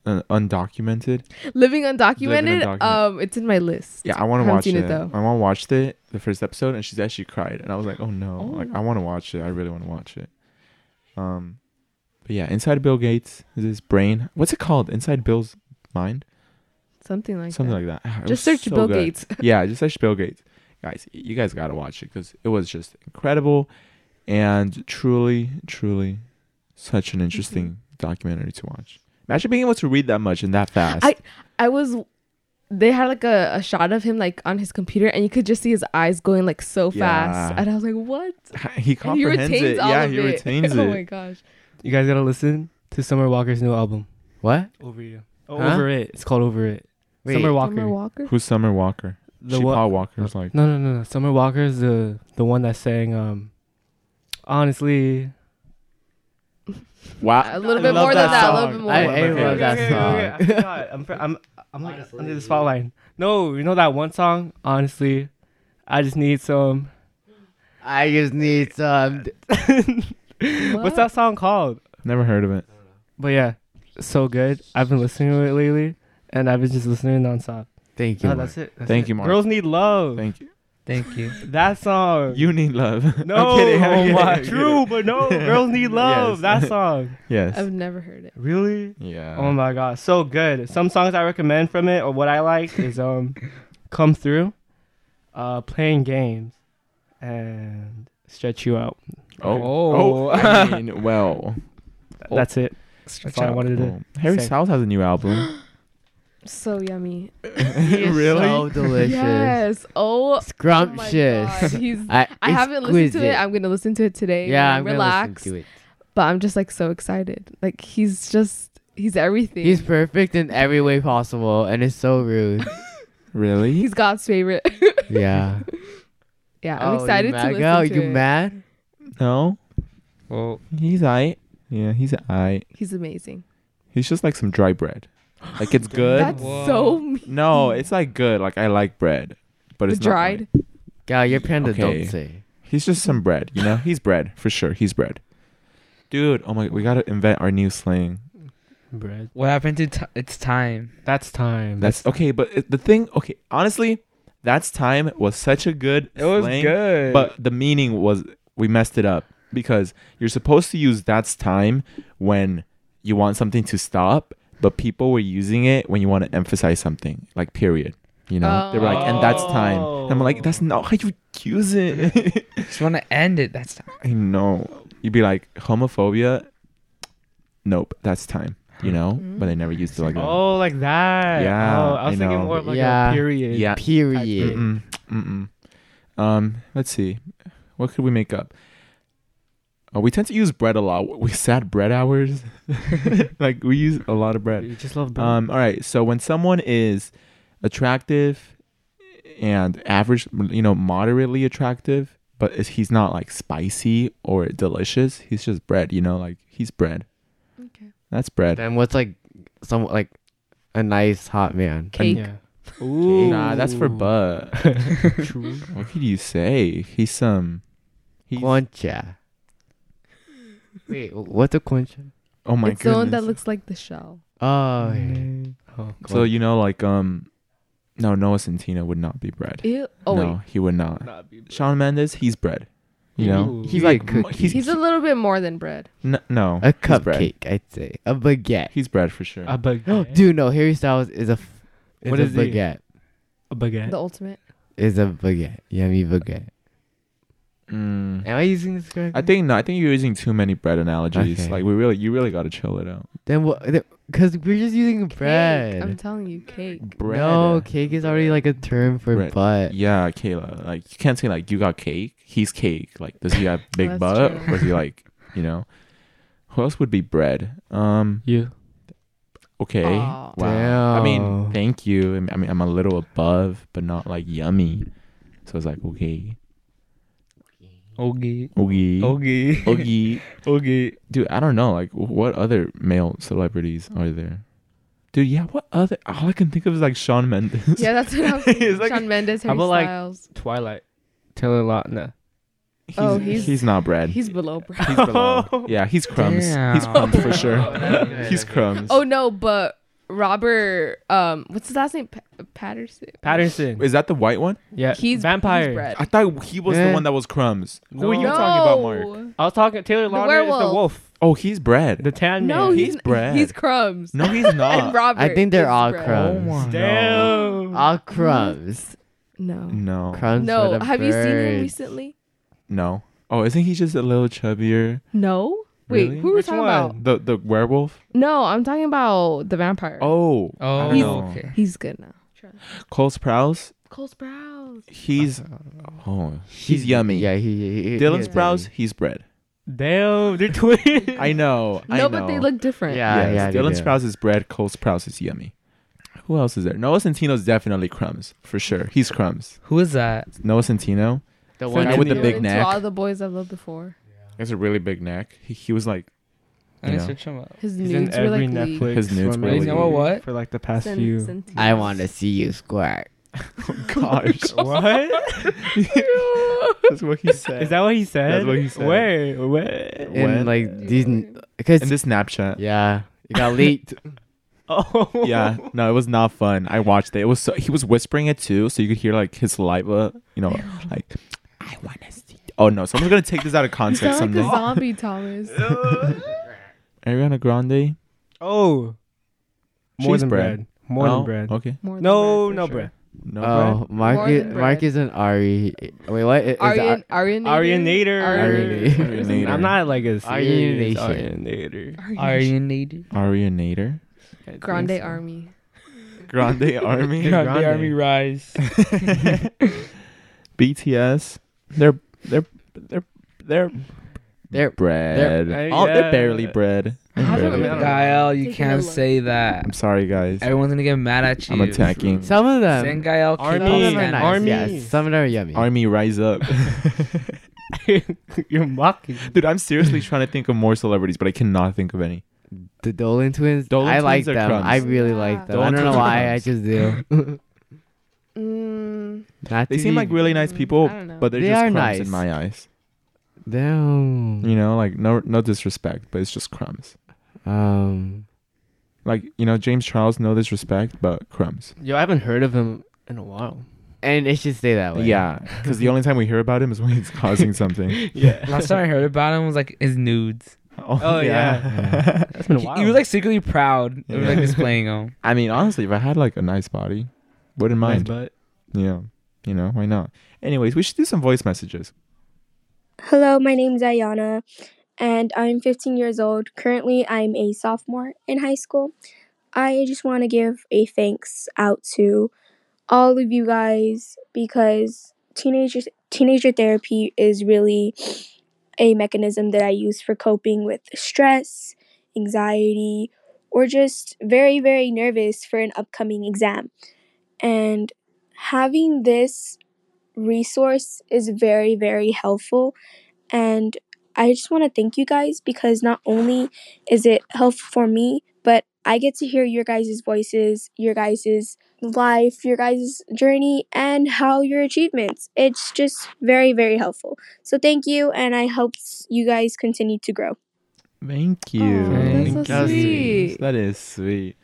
[SPEAKER 1] uh, uh undocumented?
[SPEAKER 3] Living undocumented,
[SPEAKER 1] Undocumented.
[SPEAKER 3] um, it's in my list.
[SPEAKER 1] Yeah, I want to
[SPEAKER 3] Haven't
[SPEAKER 1] watch
[SPEAKER 3] seen
[SPEAKER 1] it.
[SPEAKER 3] it, though.
[SPEAKER 1] My mom watched it the first episode, and she's actually cried, and I was like, "Oh no!" Like I want to watch it. I really want to watch it. Um, but yeah, inside Bill Gates is his brain. What's it called? Inside Bill's mind,
[SPEAKER 3] Something like
[SPEAKER 1] something
[SPEAKER 3] that.
[SPEAKER 1] like that. Ah, it
[SPEAKER 3] Just
[SPEAKER 1] was
[SPEAKER 3] search
[SPEAKER 1] so
[SPEAKER 3] Bill
[SPEAKER 1] good.
[SPEAKER 3] Gates.
[SPEAKER 1] yeah, just search Bill Gates, guys. y- You guys gotta watch it because it was just incredible, and truly, truly, such an interesting documentary to watch. Imagine being able to read that much and that fast.
[SPEAKER 3] Mm-hmm. I was they had like a, a shot of him like on his computer and you could just see his eyes going like so fast.
[SPEAKER 1] Yeah.
[SPEAKER 3] And I was like, What?
[SPEAKER 1] he
[SPEAKER 3] And he
[SPEAKER 1] comprehends
[SPEAKER 3] retains
[SPEAKER 1] it.
[SPEAKER 3] all
[SPEAKER 1] Yeah,
[SPEAKER 3] of
[SPEAKER 1] he
[SPEAKER 3] it.
[SPEAKER 1] retains
[SPEAKER 3] oh
[SPEAKER 1] it.
[SPEAKER 3] my gosh.
[SPEAKER 4] You guys gotta listen to Summer Walker's new album,
[SPEAKER 2] What?
[SPEAKER 4] Over You. Oh,
[SPEAKER 2] Huh?
[SPEAKER 4] Over It. It's called Over It.
[SPEAKER 2] Wait.
[SPEAKER 4] Summer Walker.
[SPEAKER 3] Summer Walker?
[SPEAKER 1] Who's Summer Walker?
[SPEAKER 4] the
[SPEAKER 1] she
[SPEAKER 4] one-
[SPEAKER 1] Paul Walker was like,
[SPEAKER 4] No, no, no, no. Summer Walker is the the one that sang. Um, honestly,
[SPEAKER 1] wow.
[SPEAKER 3] A little
[SPEAKER 4] I
[SPEAKER 3] bit
[SPEAKER 4] love
[SPEAKER 3] more than
[SPEAKER 4] that
[SPEAKER 3] that, a
[SPEAKER 4] song.
[SPEAKER 3] little bit more.
[SPEAKER 2] I-
[SPEAKER 1] I love
[SPEAKER 2] that
[SPEAKER 4] okay,
[SPEAKER 2] song.
[SPEAKER 4] I forgot. I'm, fr- I'm, I'm like under the spotlight. No, you know that one song. Honestly, I just need some.
[SPEAKER 2] I just need some.
[SPEAKER 4] What's that song called?
[SPEAKER 1] Never heard of it.
[SPEAKER 4] But yeah, so good. I've been listening to it lately, and I've been just listening nonstop.
[SPEAKER 2] Thank you.
[SPEAKER 4] No,
[SPEAKER 2] Mark.
[SPEAKER 4] that's it. that's
[SPEAKER 1] Thank
[SPEAKER 4] it.
[SPEAKER 1] you, Mark.
[SPEAKER 4] Girls need love.
[SPEAKER 1] Thank you.
[SPEAKER 5] Thank you.
[SPEAKER 4] that song.
[SPEAKER 1] You need love. I'm
[SPEAKER 4] no,
[SPEAKER 1] kidding, I'm
[SPEAKER 4] oh
[SPEAKER 1] kidding,
[SPEAKER 4] my-
[SPEAKER 1] I'm kidding.
[SPEAKER 4] true, but no, girls need love.
[SPEAKER 1] Yes.
[SPEAKER 4] That song.
[SPEAKER 1] Yes.
[SPEAKER 3] I've never heard it.
[SPEAKER 4] Really?
[SPEAKER 1] yeah.
[SPEAKER 4] Oh my god, so good. Some songs I recommend from it or what I like is um Come Through, uh Playing Games, and Stretch You Out.
[SPEAKER 1] Oh.
[SPEAKER 5] Oh.
[SPEAKER 1] I mean, well.
[SPEAKER 4] Th-
[SPEAKER 5] Oh.
[SPEAKER 4] That's it.
[SPEAKER 5] Stretch
[SPEAKER 4] That's all I
[SPEAKER 5] out.
[SPEAKER 4] wanted to
[SPEAKER 1] Oh. Harry
[SPEAKER 4] Same.
[SPEAKER 1] Styles has a new album.
[SPEAKER 3] So yummy.
[SPEAKER 1] really?
[SPEAKER 2] So delicious.
[SPEAKER 3] Yes. Oh, oh my God.
[SPEAKER 2] Scrumptious.
[SPEAKER 3] He's
[SPEAKER 2] I,
[SPEAKER 3] I haven't listened to it.
[SPEAKER 2] exquisite.
[SPEAKER 3] I'm gonna listen to it today.
[SPEAKER 2] yeah,
[SPEAKER 3] when
[SPEAKER 2] I'm
[SPEAKER 3] relaxed.
[SPEAKER 2] gonna listen to it.
[SPEAKER 3] But I'm just like so excited. Like he's just he's everything.
[SPEAKER 2] He's perfect in every way possible, and it's so rude.
[SPEAKER 1] Really?
[SPEAKER 3] he's God's favorite.
[SPEAKER 2] yeah.
[SPEAKER 3] yeah, I'm
[SPEAKER 2] Oh, you
[SPEAKER 3] excited to
[SPEAKER 2] mad
[SPEAKER 3] listen
[SPEAKER 2] girl?
[SPEAKER 3] to
[SPEAKER 2] you
[SPEAKER 3] it.
[SPEAKER 2] mad?
[SPEAKER 1] No.
[SPEAKER 5] Well,
[SPEAKER 1] He's I. Yeah, he's I.
[SPEAKER 3] He's amazing.
[SPEAKER 1] He's just like some dry bread. Like it's good.
[SPEAKER 3] That's
[SPEAKER 5] Whoa.
[SPEAKER 3] so mean.
[SPEAKER 1] no, it's like good. Like I like bread, but
[SPEAKER 3] But
[SPEAKER 1] it's
[SPEAKER 3] dried.
[SPEAKER 1] Not like-
[SPEAKER 2] Gal, your panda
[SPEAKER 1] Okay.
[SPEAKER 2] don't say.
[SPEAKER 1] he's just some bread. You know, he's bread for sure. He's bread. Dude, oh my, we gotta invent our new slang.
[SPEAKER 4] Bread.
[SPEAKER 5] what happened to t- it's time?
[SPEAKER 4] That's time.
[SPEAKER 1] That's okay, but it, the thing, okay, honestly, that's time was such a good.
[SPEAKER 5] It was
[SPEAKER 1] slang,
[SPEAKER 5] good.
[SPEAKER 1] but the meaning was we messed it up because you're supposed to use that's time when you want something to stop, but people were using it when you want to emphasize something, like period. You know, they were like, and that's time. And I'm like, that's not how you use it.
[SPEAKER 5] just want to end it. That's time.
[SPEAKER 1] I know. You'd be like homophobia. Nope, that's time. You know, but they never used it like that.
[SPEAKER 4] Oh, like that.
[SPEAKER 1] Yeah,
[SPEAKER 4] Oh, I was
[SPEAKER 1] I
[SPEAKER 4] thinking
[SPEAKER 1] know.
[SPEAKER 4] more of like
[SPEAKER 2] Yeah.
[SPEAKER 4] a period.
[SPEAKER 1] yeah.
[SPEAKER 2] Period.
[SPEAKER 1] Mm-mm, mm-mm. Um, let's see. What could we make up? Oh, we tend to use bread a lot. We sad bread hours. like we use a lot of bread.
[SPEAKER 4] You just love
[SPEAKER 1] Um, all right. So when someone is attractive and average, you know, moderately attractive, but is- he's not like spicy or delicious, he's just bread. You know, like he's bread.
[SPEAKER 3] Okay.
[SPEAKER 1] That's bread.
[SPEAKER 2] Then what's like some like a nice hot man?
[SPEAKER 3] Cake.
[SPEAKER 4] Yeah.
[SPEAKER 5] Ooh.
[SPEAKER 1] Nah, that's for Bud. what could you say? He's some. He's,
[SPEAKER 2] Concha. Wait, what's a concha?
[SPEAKER 1] oh my
[SPEAKER 3] it's the one that
[SPEAKER 1] goodness.
[SPEAKER 3] looks Mm. like the shell.
[SPEAKER 2] Oh, yeah.
[SPEAKER 4] Oh,
[SPEAKER 1] So you know, like um, no, Noah Centino would not be bread.
[SPEAKER 3] Ew. Oh
[SPEAKER 1] no,
[SPEAKER 3] wait.
[SPEAKER 1] he would not. Sean Mendes, he's bread. You know,
[SPEAKER 4] Ooh.
[SPEAKER 1] he's like
[SPEAKER 2] Cookie.
[SPEAKER 1] he's,
[SPEAKER 3] He's a little bit more than bread.
[SPEAKER 1] n- no,
[SPEAKER 2] a
[SPEAKER 1] he's bread.
[SPEAKER 2] cupcake. I'd say a baguette. Uh,
[SPEAKER 1] He's bread for sure.
[SPEAKER 4] a baguette.
[SPEAKER 2] Dude, no, Harry Styles is a f- is
[SPEAKER 4] What
[SPEAKER 2] a
[SPEAKER 4] is he?
[SPEAKER 2] baguette.
[SPEAKER 4] a baguette.
[SPEAKER 3] The ultimate.
[SPEAKER 2] Is a baguette. Yummy baguette. Am
[SPEAKER 1] Mm.
[SPEAKER 2] I using this correctly?
[SPEAKER 1] I think no. I think you're using too many bread analogies.
[SPEAKER 2] Okay.
[SPEAKER 1] Like we really, you really got to chill it out.
[SPEAKER 2] Then what? Because we're just using
[SPEAKER 3] Cake. I'm
[SPEAKER 2] bread.
[SPEAKER 3] telling you, cake.
[SPEAKER 1] Bread.
[SPEAKER 2] No, cake is already like a term for
[SPEAKER 1] Bread.
[SPEAKER 2] butt.
[SPEAKER 1] Yeah, Kayla. Like you can't say like you got cake. He's cake. Like does he have big
[SPEAKER 3] That's
[SPEAKER 1] butt?
[SPEAKER 3] true.
[SPEAKER 1] Or is he like you know? Who else would be bread? Um.
[SPEAKER 4] You.
[SPEAKER 1] Okay.
[SPEAKER 3] Aw.
[SPEAKER 1] Wow. I mean,
[SPEAKER 2] Damn.
[SPEAKER 1] thank you. I mean, I'm a little above, but not like yummy. So it's like okay,
[SPEAKER 5] Ogie.
[SPEAKER 1] okay,
[SPEAKER 5] Ogie.
[SPEAKER 1] okay.
[SPEAKER 5] Ogie.
[SPEAKER 1] dude i don't know like wh- what other male celebrities are there dude yeah what other all i can think of is like sean mendes
[SPEAKER 3] Yeah, that's what I was
[SPEAKER 1] It's like-
[SPEAKER 3] Sean Mendes,
[SPEAKER 4] How
[SPEAKER 3] Harry
[SPEAKER 4] about, like-
[SPEAKER 3] Styles.
[SPEAKER 4] Twilight. Taylor Lautner.
[SPEAKER 1] he's,
[SPEAKER 3] Oh, he's-
[SPEAKER 1] he's not bread
[SPEAKER 3] He's below bread.
[SPEAKER 1] He's below. yeah he's crumbs he's
[SPEAKER 5] Damn.
[SPEAKER 1] crumbs for sure
[SPEAKER 2] Oh, that's good.
[SPEAKER 1] he's crumbs
[SPEAKER 3] Oh no, but Robert, um, what's his last name? Pa- Patterson.
[SPEAKER 4] Patterson.
[SPEAKER 1] is that the white one
[SPEAKER 4] yeah.
[SPEAKER 3] He's
[SPEAKER 4] vampire.
[SPEAKER 3] He's bread.
[SPEAKER 1] i thought he was
[SPEAKER 2] Eh.
[SPEAKER 1] the one that was crumbs who are you
[SPEAKER 4] No.
[SPEAKER 1] talking about mark
[SPEAKER 4] I was talking Taylor Lautner is
[SPEAKER 3] werewolf.
[SPEAKER 4] the wolf.
[SPEAKER 1] oh he's bread
[SPEAKER 4] The tan man.
[SPEAKER 3] No, he's,
[SPEAKER 1] He's bread.
[SPEAKER 3] He's crumbs.
[SPEAKER 1] no he's
[SPEAKER 3] and
[SPEAKER 1] not
[SPEAKER 3] Robert.
[SPEAKER 2] I think
[SPEAKER 3] is
[SPEAKER 2] they're all
[SPEAKER 1] oh
[SPEAKER 3] bread.
[SPEAKER 2] crumbs.
[SPEAKER 1] my no
[SPEAKER 4] Damn.
[SPEAKER 2] All crumbs.
[SPEAKER 3] No.
[SPEAKER 1] no
[SPEAKER 2] Crumbs.
[SPEAKER 3] No.
[SPEAKER 2] For the
[SPEAKER 3] Have you seen him
[SPEAKER 2] birds.
[SPEAKER 3] recently?
[SPEAKER 1] no oh isn't he just a little chubbier
[SPEAKER 3] No. Wait,
[SPEAKER 1] Really?
[SPEAKER 3] who were we
[SPEAKER 4] Which
[SPEAKER 3] talking
[SPEAKER 4] one?
[SPEAKER 3] about?
[SPEAKER 1] the the werewolf
[SPEAKER 3] No, I'm talking about the vampire.
[SPEAKER 1] oh I
[SPEAKER 5] Oh,
[SPEAKER 1] don't know.
[SPEAKER 5] okay.
[SPEAKER 3] He's good now.
[SPEAKER 1] cole sprouse
[SPEAKER 3] Cole Sprouse.
[SPEAKER 1] he's oh he's yummy
[SPEAKER 2] Uh, Yeah, he. he- he
[SPEAKER 1] Dylan
[SPEAKER 2] he's
[SPEAKER 1] Sprouse,
[SPEAKER 2] yummy.
[SPEAKER 1] he's bread.
[SPEAKER 4] Damn. They're twins.
[SPEAKER 1] I know. I
[SPEAKER 3] no,
[SPEAKER 1] know.
[SPEAKER 3] but they look different.
[SPEAKER 2] Yeah,
[SPEAKER 1] Yes,
[SPEAKER 2] yeah. they
[SPEAKER 1] Dylan
[SPEAKER 2] do.
[SPEAKER 1] Sprouse is bread. Cole Sprouse is yummy. Who else is there? Noah Centino's definitely crumbs for sure. He's crumbs.
[SPEAKER 5] Who is that?
[SPEAKER 1] Noah Centino.
[SPEAKER 2] The
[SPEAKER 1] Guy
[SPEAKER 2] in
[SPEAKER 1] with the
[SPEAKER 3] They were
[SPEAKER 1] big
[SPEAKER 3] into
[SPEAKER 1] neck.
[SPEAKER 3] all the boys I've loved before.
[SPEAKER 1] He has a really big neck. He, he was like,
[SPEAKER 5] Let me
[SPEAKER 1] Yeah.
[SPEAKER 5] search him up.
[SPEAKER 3] His
[SPEAKER 4] He's in
[SPEAKER 3] nudes were
[SPEAKER 4] every
[SPEAKER 3] like
[SPEAKER 4] Netflix.
[SPEAKER 3] leaked.
[SPEAKER 1] His nudes
[SPEAKER 4] from
[SPEAKER 1] were
[SPEAKER 4] every-
[SPEAKER 1] You know
[SPEAKER 5] what?
[SPEAKER 4] For like the past
[SPEAKER 3] Sen-
[SPEAKER 4] few.
[SPEAKER 3] sentinos.
[SPEAKER 2] I want to see you squirt.
[SPEAKER 1] gosh,
[SPEAKER 4] what?
[SPEAKER 1] that's what he said.
[SPEAKER 4] Is that what he said?
[SPEAKER 1] That's what he said.
[SPEAKER 4] Where? Where?
[SPEAKER 1] When?
[SPEAKER 2] And like these, because
[SPEAKER 1] in this Snapchat?
[SPEAKER 2] yeah, it got leaked.
[SPEAKER 4] Oh.
[SPEAKER 1] Yeah. No, it was not fun. I watched it. It was so he was whispering it too, so you could hear like his saliva. You know, like I want to see. Oh no, someone's gonna take this out of
[SPEAKER 3] You
[SPEAKER 1] context
[SPEAKER 3] sound like
[SPEAKER 1] someday.
[SPEAKER 3] a zombie, Thomas.
[SPEAKER 1] Ariana Grande.
[SPEAKER 4] Oh. More
[SPEAKER 1] She's
[SPEAKER 4] than
[SPEAKER 1] bread.
[SPEAKER 4] bread. More
[SPEAKER 1] No?
[SPEAKER 4] than bread.
[SPEAKER 1] Okay.
[SPEAKER 3] More than
[SPEAKER 4] No,
[SPEAKER 3] bread, for
[SPEAKER 4] no
[SPEAKER 3] sure.
[SPEAKER 4] bread.
[SPEAKER 1] No.
[SPEAKER 2] oh, Mark,
[SPEAKER 3] More
[SPEAKER 2] is,
[SPEAKER 3] than
[SPEAKER 2] Mark
[SPEAKER 3] bread.
[SPEAKER 2] is an Ari. Wait, what? Is
[SPEAKER 3] Aryan, Aryan,
[SPEAKER 4] Arianator.
[SPEAKER 2] Arianator.
[SPEAKER 1] Arianator.
[SPEAKER 4] I'm not like a serious
[SPEAKER 2] Arianation.
[SPEAKER 4] Arianator.
[SPEAKER 5] Aryan
[SPEAKER 1] Arianator.
[SPEAKER 3] Grande Army.
[SPEAKER 1] Grande Army.
[SPEAKER 5] The Army Rise.
[SPEAKER 1] BTS. They're they're they're they're
[SPEAKER 2] They're-
[SPEAKER 1] bread.
[SPEAKER 4] they're-
[SPEAKER 1] oh,
[SPEAKER 4] yeah.
[SPEAKER 1] they're barely bread. They're
[SPEAKER 3] I don't
[SPEAKER 1] barely
[SPEAKER 3] know.
[SPEAKER 1] bread.
[SPEAKER 5] Gael, you
[SPEAKER 3] Take
[SPEAKER 5] can't
[SPEAKER 3] it alone.
[SPEAKER 5] say that.
[SPEAKER 1] I'm sorry, guys.
[SPEAKER 5] Everyone's gonna get mad at you.
[SPEAKER 1] I'm attacking.
[SPEAKER 2] Some of them.
[SPEAKER 5] Send Gael
[SPEAKER 4] Army.
[SPEAKER 2] some of them are
[SPEAKER 4] Army.
[SPEAKER 2] nice.
[SPEAKER 4] Army.
[SPEAKER 2] yes, some of them are yummy.
[SPEAKER 1] Army, rise up,
[SPEAKER 4] You're mocking.
[SPEAKER 1] dude. I'm seriously trying to think of more celebrities, but I cannot think of any.
[SPEAKER 2] The Dolan twins.
[SPEAKER 1] Dolan
[SPEAKER 2] I
[SPEAKER 1] twins
[SPEAKER 2] like
[SPEAKER 1] are
[SPEAKER 2] them.
[SPEAKER 1] crumbs.
[SPEAKER 2] I really
[SPEAKER 3] Yeah.
[SPEAKER 2] like them.
[SPEAKER 1] Dolan
[SPEAKER 2] I don't know
[SPEAKER 1] twins are
[SPEAKER 2] why. I
[SPEAKER 1] crumbs.
[SPEAKER 2] just do.
[SPEAKER 3] Mm,
[SPEAKER 2] Not
[SPEAKER 1] They
[SPEAKER 2] to
[SPEAKER 1] seem
[SPEAKER 2] be-
[SPEAKER 1] like really nice people,
[SPEAKER 3] I don't know.
[SPEAKER 1] but they're
[SPEAKER 2] They
[SPEAKER 1] just
[SPEAKER 2] are
[SPEAKER 1] crumbs
[SPEAKER 2] nice.
[SPEAKER 1] in my eyes.
[SPEAKER 2] damn.
[SPEAKER 1] You know, like no no disrespect, but it's just crumbs.
[SPEAKER 2] Um,
[SPEAKER 1] Like you know, James Charles, no disrespect, but crumbs.
[SPEAKER 4] Yo, I haven't heard of him in a while.
[SPEAKER 2] and it should stay
[SPEAKER 4] Oh,
[SPEAKER 2] that way.
[SPEAKER 1] Yeah, because the only time we hear about him is when he's causing something.
[SPEAKER 5] Last time I heard about him was like his nudes.
[SPEAKER 1] Oh,
[SPEAKER 4] Oh, yeah. That's been a
[SPEAKER 5] He,
[SPEAKER 4] while.
[SPEAKER 5] he was like secretly proud of like
[SPEAKER 1] Yeah.
[SPEAKER 5] displaying him.
[SPEAKER 1] I mean, honestly, if I had like a nice body, wouldn't mind.
[SPEAKER 4] But
[SPEAKER 1] yeah, you know, why not? Anyways, we should do some voice messages.
[SPEAKER 6] Hello, my name's Ayana, and I'm 15 years old. Currently, I'm a sophomore in high school. I just want to give a thanks out to all of you guys because teenager teenager therapy is really a mechanism that I use for coping with stress, anxiety, or just very very nervous for an upcoming exam. And having this resource is very very helpful and I just want to thank you guys because not only is it helpful for me, but I get to hear your guys' voices, your guys' life, your guys' journey, and how your achievements. It's just very, very helpful. So thank you, and I hope you guys continue to grow.
[SPEAKER 1] Thank you.
[SPEAKER 3] Aw,
[SPEAKER 5] that's so
[SPEAKER 1] Thank you.
[SPEAKER 3] sweet.
[SPEAKER 1] That is sweet.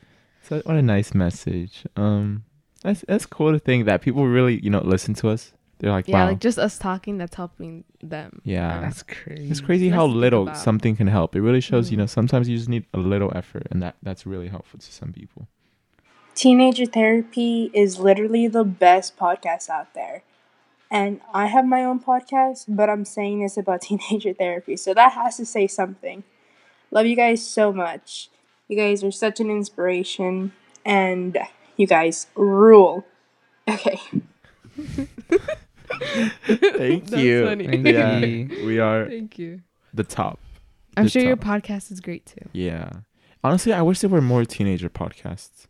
[SPEAKER 1] So what a nice message. Um, that's that's cool to think that people really you know listen to us. They're like,
[SPEAKER 3] Yeah,
[SPEAKER 1] wow,
[SPEAKER 3] like just us talking that's helping them. Um,
[SPEAKER 1] yeah.
[SPEAKER 5] That's crazy.
[SPEAKER 1] It's crazy how
[SPEAKER 3] That's the
[SPEAKER 1] little
[SPEAKER 3] vibe.
[SPEAKER 1] something can help. It really shows, you
[SPEAKER 3] Mhm.
[SPEAKER 1] know, sometimes you just need a little effort, and that that's really helpful to some people.
[SPEAKER 7] Teenager Therapy is literally the best podcast out there. And I have my own podcast, but I'm saying this about teenager therapy. So that has to say something. Love you guys so much. You guys are such an inspiration. And you guys rule. Okay.
[SPEAKER 1] Thank
[SPEAKER 3] That's
[SPEAKER 1] you.
[SPEAKER 3] funny.
[SPEAKER 5] Thank
[SPEAKER 1] Yeah,
[SPEAKER 5] you.
[SPEAKER 1] we are
[SPEAKER 3] Thank you.
[SPEAKER 1] the top.
[SPEAKER 3] I'm
[SPEAKER 1] The
[SPEAKER 3] sure your
[SPEAKER 1] top.
[SPEAKER 3] podcast is great too.
[SPEAKER 1] Yeah. Honestly, I wish there were more teenager podcasts.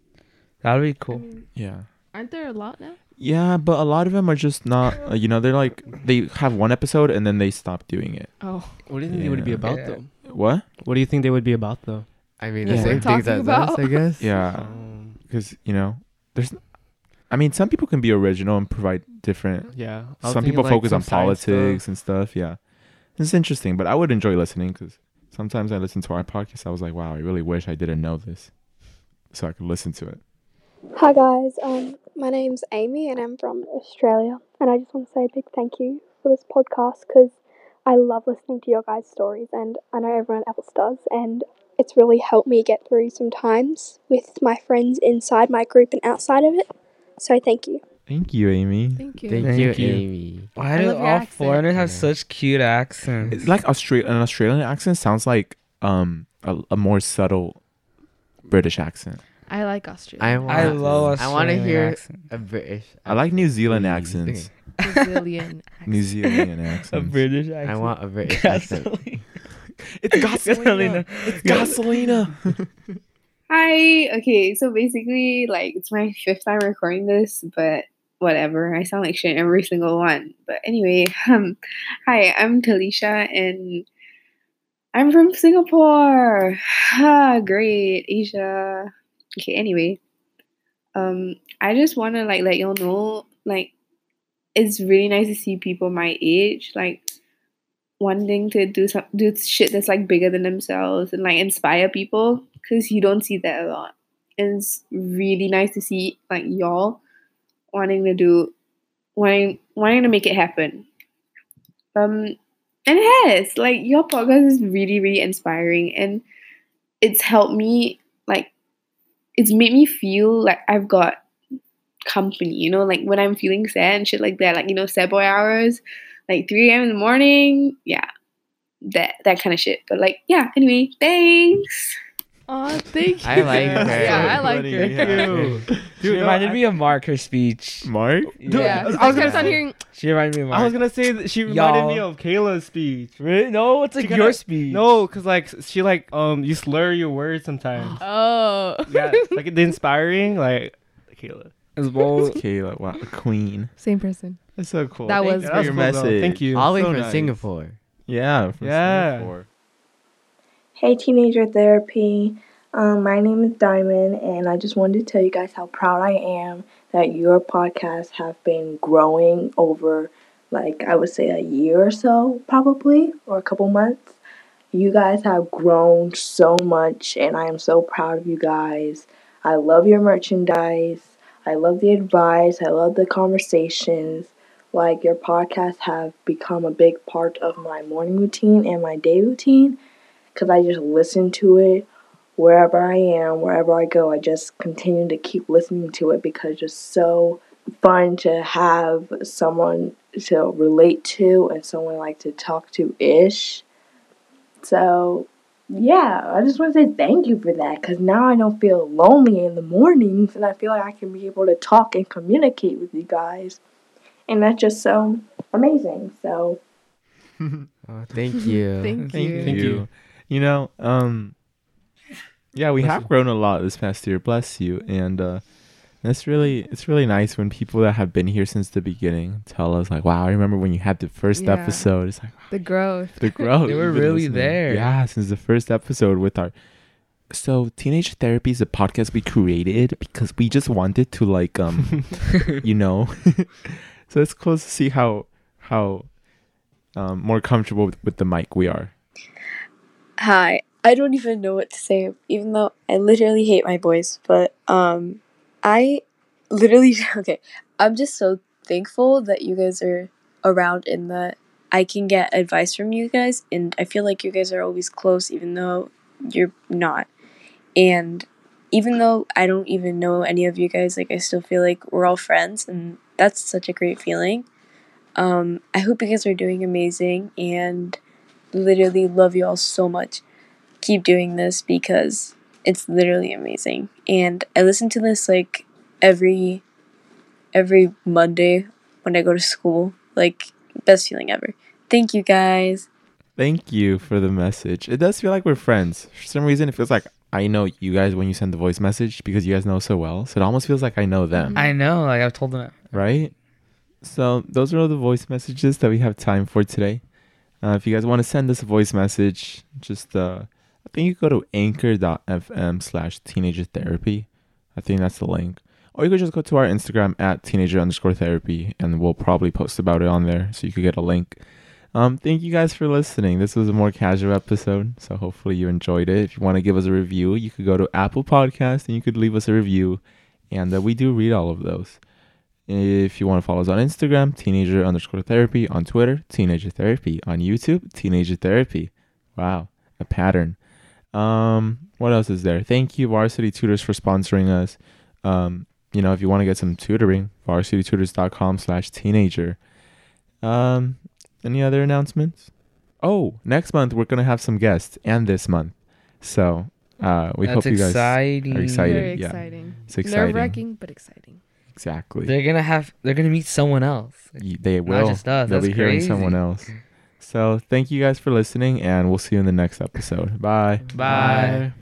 [SPEAKER 5] That'll be
[SPEAKER 3] I
[SPEAKER 5] cool.
[SPEAKER 3] mean,
[SPEAKER 1] Yeah.
[SPEAKER 3] aren't there a lot now?
[SPEAKER 1] Yeah, but a lot of them are just not, uh, you know, they're like, they have one episode and then they stop doing it.
[SPEAKER 3] Oh,
[SPEAKER 8] What do you think they would be
[SPEAKER 1] Yeah.
[SPEAKER 8] about
[SPEAKER 5] Yeah.
[SPEAKER 8] though?
[SPEAKER 1] What?
[SPEAKER 4] What do you think they would be about though?
[SPEAKER 2] I mean, the
[SPEAKER 1] Yeah.
[SPEAKER 2] same
[SPEAKER 1] We're
[SPEAKER 2] things
[SPEAKER 3] talking
[SPEAKER 2] as us,
[SPEAKER 3] about-
[SPEAKER 2] I guess.
[SPEAKER 1] Yeah.
[SPEAKER 8] Um,
[SPEAKER 1] Because, you know, there's, I mean, some people can be original and provide different,
[SPEAKER 8] yeah. I was
[SPEAKER 1] some
[SPEAKER 8] thinking,
[SPEAKER 1] people
[SPEAKER 8] like,
[SPEAKER 1] focus
[SPEAKER 8] some
[SPEAKER 1] on
[SPEAKER 8] science stuff.
[SPEAKER 1] politics and stuff. Yeah. It's interesting, but I would enjoy listening because sometimes I listen to our podcast. I was like, wow, I really wish I didn't know this so I could listen to it.
[SPEAKER 6] Hi guys, um, my name's Amy and I'm from Australia, and I just want to say a big thank you for this podcast because I love listening to your guys' stories, and I know everyone else does, and it's really helped me get through some times with my friends inside my group and outside of it. So thank you.
[SPEAKER 1] Thank you, Amy.
[SPEAKER 3] thank you.
[SPEAKER 2] Thank,
[SPEAKER 5] Thank
[SPEAKER 2] you,
[SPEAKER 5] you.
[SPEAKER 2] Amy.
[SPEAKER 5] Why
[SPEAKER 3] I
[SPEAKER 5] do
[SPEAKER 3] love
[SPEAKER 5] all
[SPEAKER 3] your accent.
[SPEAKER 5] foreigners have
[SPEAKER 2] Yeah.
[SPEAKER 5] such cute accents?
[SPEAKER 1] It's like Austra- an Australian accent sounds like um a, a more subtle British accent.
[SPEAKER 3] I like Australia.
[SPEAKER 2] I want.
[SPEAKER 5] I love.
[SPEAKER 2] I want to
[SPEAKER 5] Australian
[SPEAKER 2] hear
[SPEAKER 5] accent.
[SPEAKER 2] a British.
[SPEAKER 1] I like New Zealand
[SPEAKER 2] Please.
[SPEAKER 1] accents.
[SPEAKER 3] Brazilian.
[SPEAKER 1] New
[SPEAKER 3] accent.
[SPEAKER 1] Zealand
[SPEAKER 5] a
[SPEAKER 1] accents.
[SPEAKER 5] British
[SPEAKER 2] I
[SPEAKER 5] accent.
[SPEAKER 2] want a British accent.
[SPEAKER 5] gasoline.
[SPEAKER 1] it's Gasolina. It's Gasolina.
[SPEAKER 9] Hi. Okay, so basically, like, it's my fifth time recording this, but whatever. I sound like shit in every single one. But anyway, um, hi, I'm Talisha, and I'm from Singapore. Ah, great, Asia. Okay, anyway, um, I just want to like let y'all know, like, it's really nice to see people my age, like wanting to do some do shit that's like bigger than themselves and like inspire people because you don't see that a lot. And it's really nice to see like y'all wanting to do wanting wanting to make it happen. Um and it has like your podcast is really really inspiring and it's helped me like it's made me feel like I've got company, you know, like when I'm feeling sad and shit like that, like you know, sad boy hours, like 3 a.m. in the morning. Yeah. That that kind of shit. But like, yeah, anyway, thanks.
[SPEAKER 3] Aw, thank you.
[SPEAKER 2] I like
[SPEAKER 3] Yeah,
[SPEAKER 2] her.
[SPEAKER 3] Yeah, I like
[SPEAKER 1] Funny,
[SPEAKER 3] her.
[SPEAKER 1] yeah.
[SPEAKER 5] She reminded me of Mark her speech.
[SPEAKER 1] Mark?
[SPEAKER 3] Yeah,
[SPEAKER 5] Yeah.
[SPEAKER 3] I,
[SPEAKER 8] I was
[SPEAKER 3] kept
[SPEAKER 8] gonna
[SPEAKER 3] on
[SPEAKER 8] say-
[SPEAKER 3] hearing.
[SPEAKER 5] She reminded me of Mark.
[SPEAKER 4] I was gonna say that she reminded me
[SPEAKER 5] Y'all.
[SPEAKER 4] of Kayla's speech.
[SPEAKER 5] Really? No, it's like
[SPEAKER 4] She kinda-
[SPEAKER 5] your speech.
[SPEAKER 4] No, cause like she like um you slur your words sometimes.
[SPEAKER 3] Oh,
[SPEAKER 4] yeah, like the inspiring like Kayla.
[SPEAKER 5] it's bold.
[SPEAKER 1] Kayla, wow, a queen.
[SPEAKER 3] same person.
[SPEAKER 1] That's so cool.
[SPEAKER 3] That
[SPEAKER 1] Thank
[SPEAKER 3] was
[SPEAKER 4] Yeah,
[SPEAKER 1] you for
[SPEAKER 4] that's
[SPEAKER 1] your
[SPEAKER 4] cool, though.
[SPEAKER 1] message.
[SPEAKER 4] Thank you.
[SPEAKER 2] All the way
[SPEAKER 1] So
[SPEAKER 2] from
[SPEAKER 1] nice.
[SPEAKER 2] Singapore.
[SPEAKER 1] Yeah. From
[SPEAKER 4] Yeah.
[SPEAKER 1] Singapore.
[SPEAKER 7] Hey, Teenager Therapy. Um, my name is Diamond, and I just wanted to tell you guys how proud I am that your podcasts have been growing over, like, I would say a year or so, probably, or a couple months. You guys have grown so much, and I am so proud of you guys. I love your merchandise. I love the advice. I love the conversations. Like, your podcasts have become a big part of my morning routine and my day routine because I just listen to it wherever I am, wherever I go. I just continue to keep listening to it because it's just so fun to have someone to relate to and someone like to talk to ish. So, yeah, I just want to say thank you for that because now I don't feel lonely in the mornings and I feel like I can be able to talk and communicate with you guys.
[SPEAKER 10] and that's just so amazing. So
[SPEAKER 4] Oh, thank you.
[SPEAKER 3] Thank
[SPEAKER 1] Thank you.
[SPEAKER 3] you.
[SPEAKER 1] you. know, um, yeah, we have grown a lot this past year. Bless you. And uh, that's really, it's really nice when people that have been here since the beginning tell us, like, wow, I remember when you had the first
[SPEAKER 3] Yeah.
[SPEAKER 1] episode. It's like
[SPEAKER 3] The growth.
[SPEAKER 1] the growth.
[SPEAKER 5] They were
[SPEAKER 1] You've been
[SPEAKER 5] really
[SPEAKER 1] listening.
[SPEAKER 5] there.
[SPEAKER 1] Yeah, since the first episode with our. So, teenage therapy is a podcast we created because we just wanted to like um you know. so it's cool to see how how um, more comfortable with, with the mic we are.
[SPEAKER 10] hi, I don't even know what to say, even though I literally hate my voice. But um, I literally okay. I'm just so thankful that you guys are around and that I can get advice from you guys. And I feel like you guys are always close, even though you're not. And even though I don't even know any of you guys, like I still feel like we're all friends, and that's such a great feeling. Um, I hope you guys are doing amazing and literally love you all so much. Keep doing this because it's literally amazing. And I listen to this like every every Monday when I go to school. Like best feeling ever. Thank you guys.
[SPEAKER 1] Thank you for the message. It does feel like we're friends. For some reason, it feels like I know you guys when you send the voice message because you guys know so well. So it almost feels like I know them,
[SPEAKER 5] I know. Like I've told them.
[SPEAKER 1] right? So those are all the voice messages that we have time for today. Uh, if you guys want to send us a voice message, just uh, I think you go to anchor.fm slash teenager therapy. I think that's the link. Or you could just go to our Instagram at teenager underscore therapy and we'll probably post about it on there so you could get a link. Um, thank you guys for listening. This was a more casual episode, so hopefully you enjoyed it. If you want to give us a review, you could go to Apple Podcast and you could leave us a review, and uh, we do read all of those. If you want to follow us on Instagram, teenager underscore therapy, on Twitter, teenager therapy, on YouTube, teenager therapy. Wow, a pattern. Um, what else is there? Thank you, Varsity Tutors, for sponsoring us. Um, you know, if you want to get some tutoring, varsitytutors.com slash teenager. Um, any other announcements? Oh, next month we're gonna have some guests, and this month. So uh, we
[SPEAKER 5] That's
[SPEAKER 1] hope you guys
[SPEAKER 5] exciting.
[SPEAKER 1] are excited.
[SPEAKER 3] Very
[SPEAKER 1] yeah,
[SPEAKER 3] exciting.
[SPEAKER 1] it's exciting.
[SPEAKER 3] Nerve wracking, but exciting.
[SPEAKER 1] Exactly.
[SPEAKER 5] They're gonna have. They're gonna meet someone else.
[SPEAKER 1] Y- They will.
[SPEAKER 5] just us.
[SPEAKER 1] They'll
[SPEAKER 5] That's
[SPEAKER 1] be hearing
[SPEAKER 5] crazy.
[SPEAKER 1] someone else. So thank you guys for listening, and we'll see you in the next episode. Bye.
[SPEAKER 5] Bye.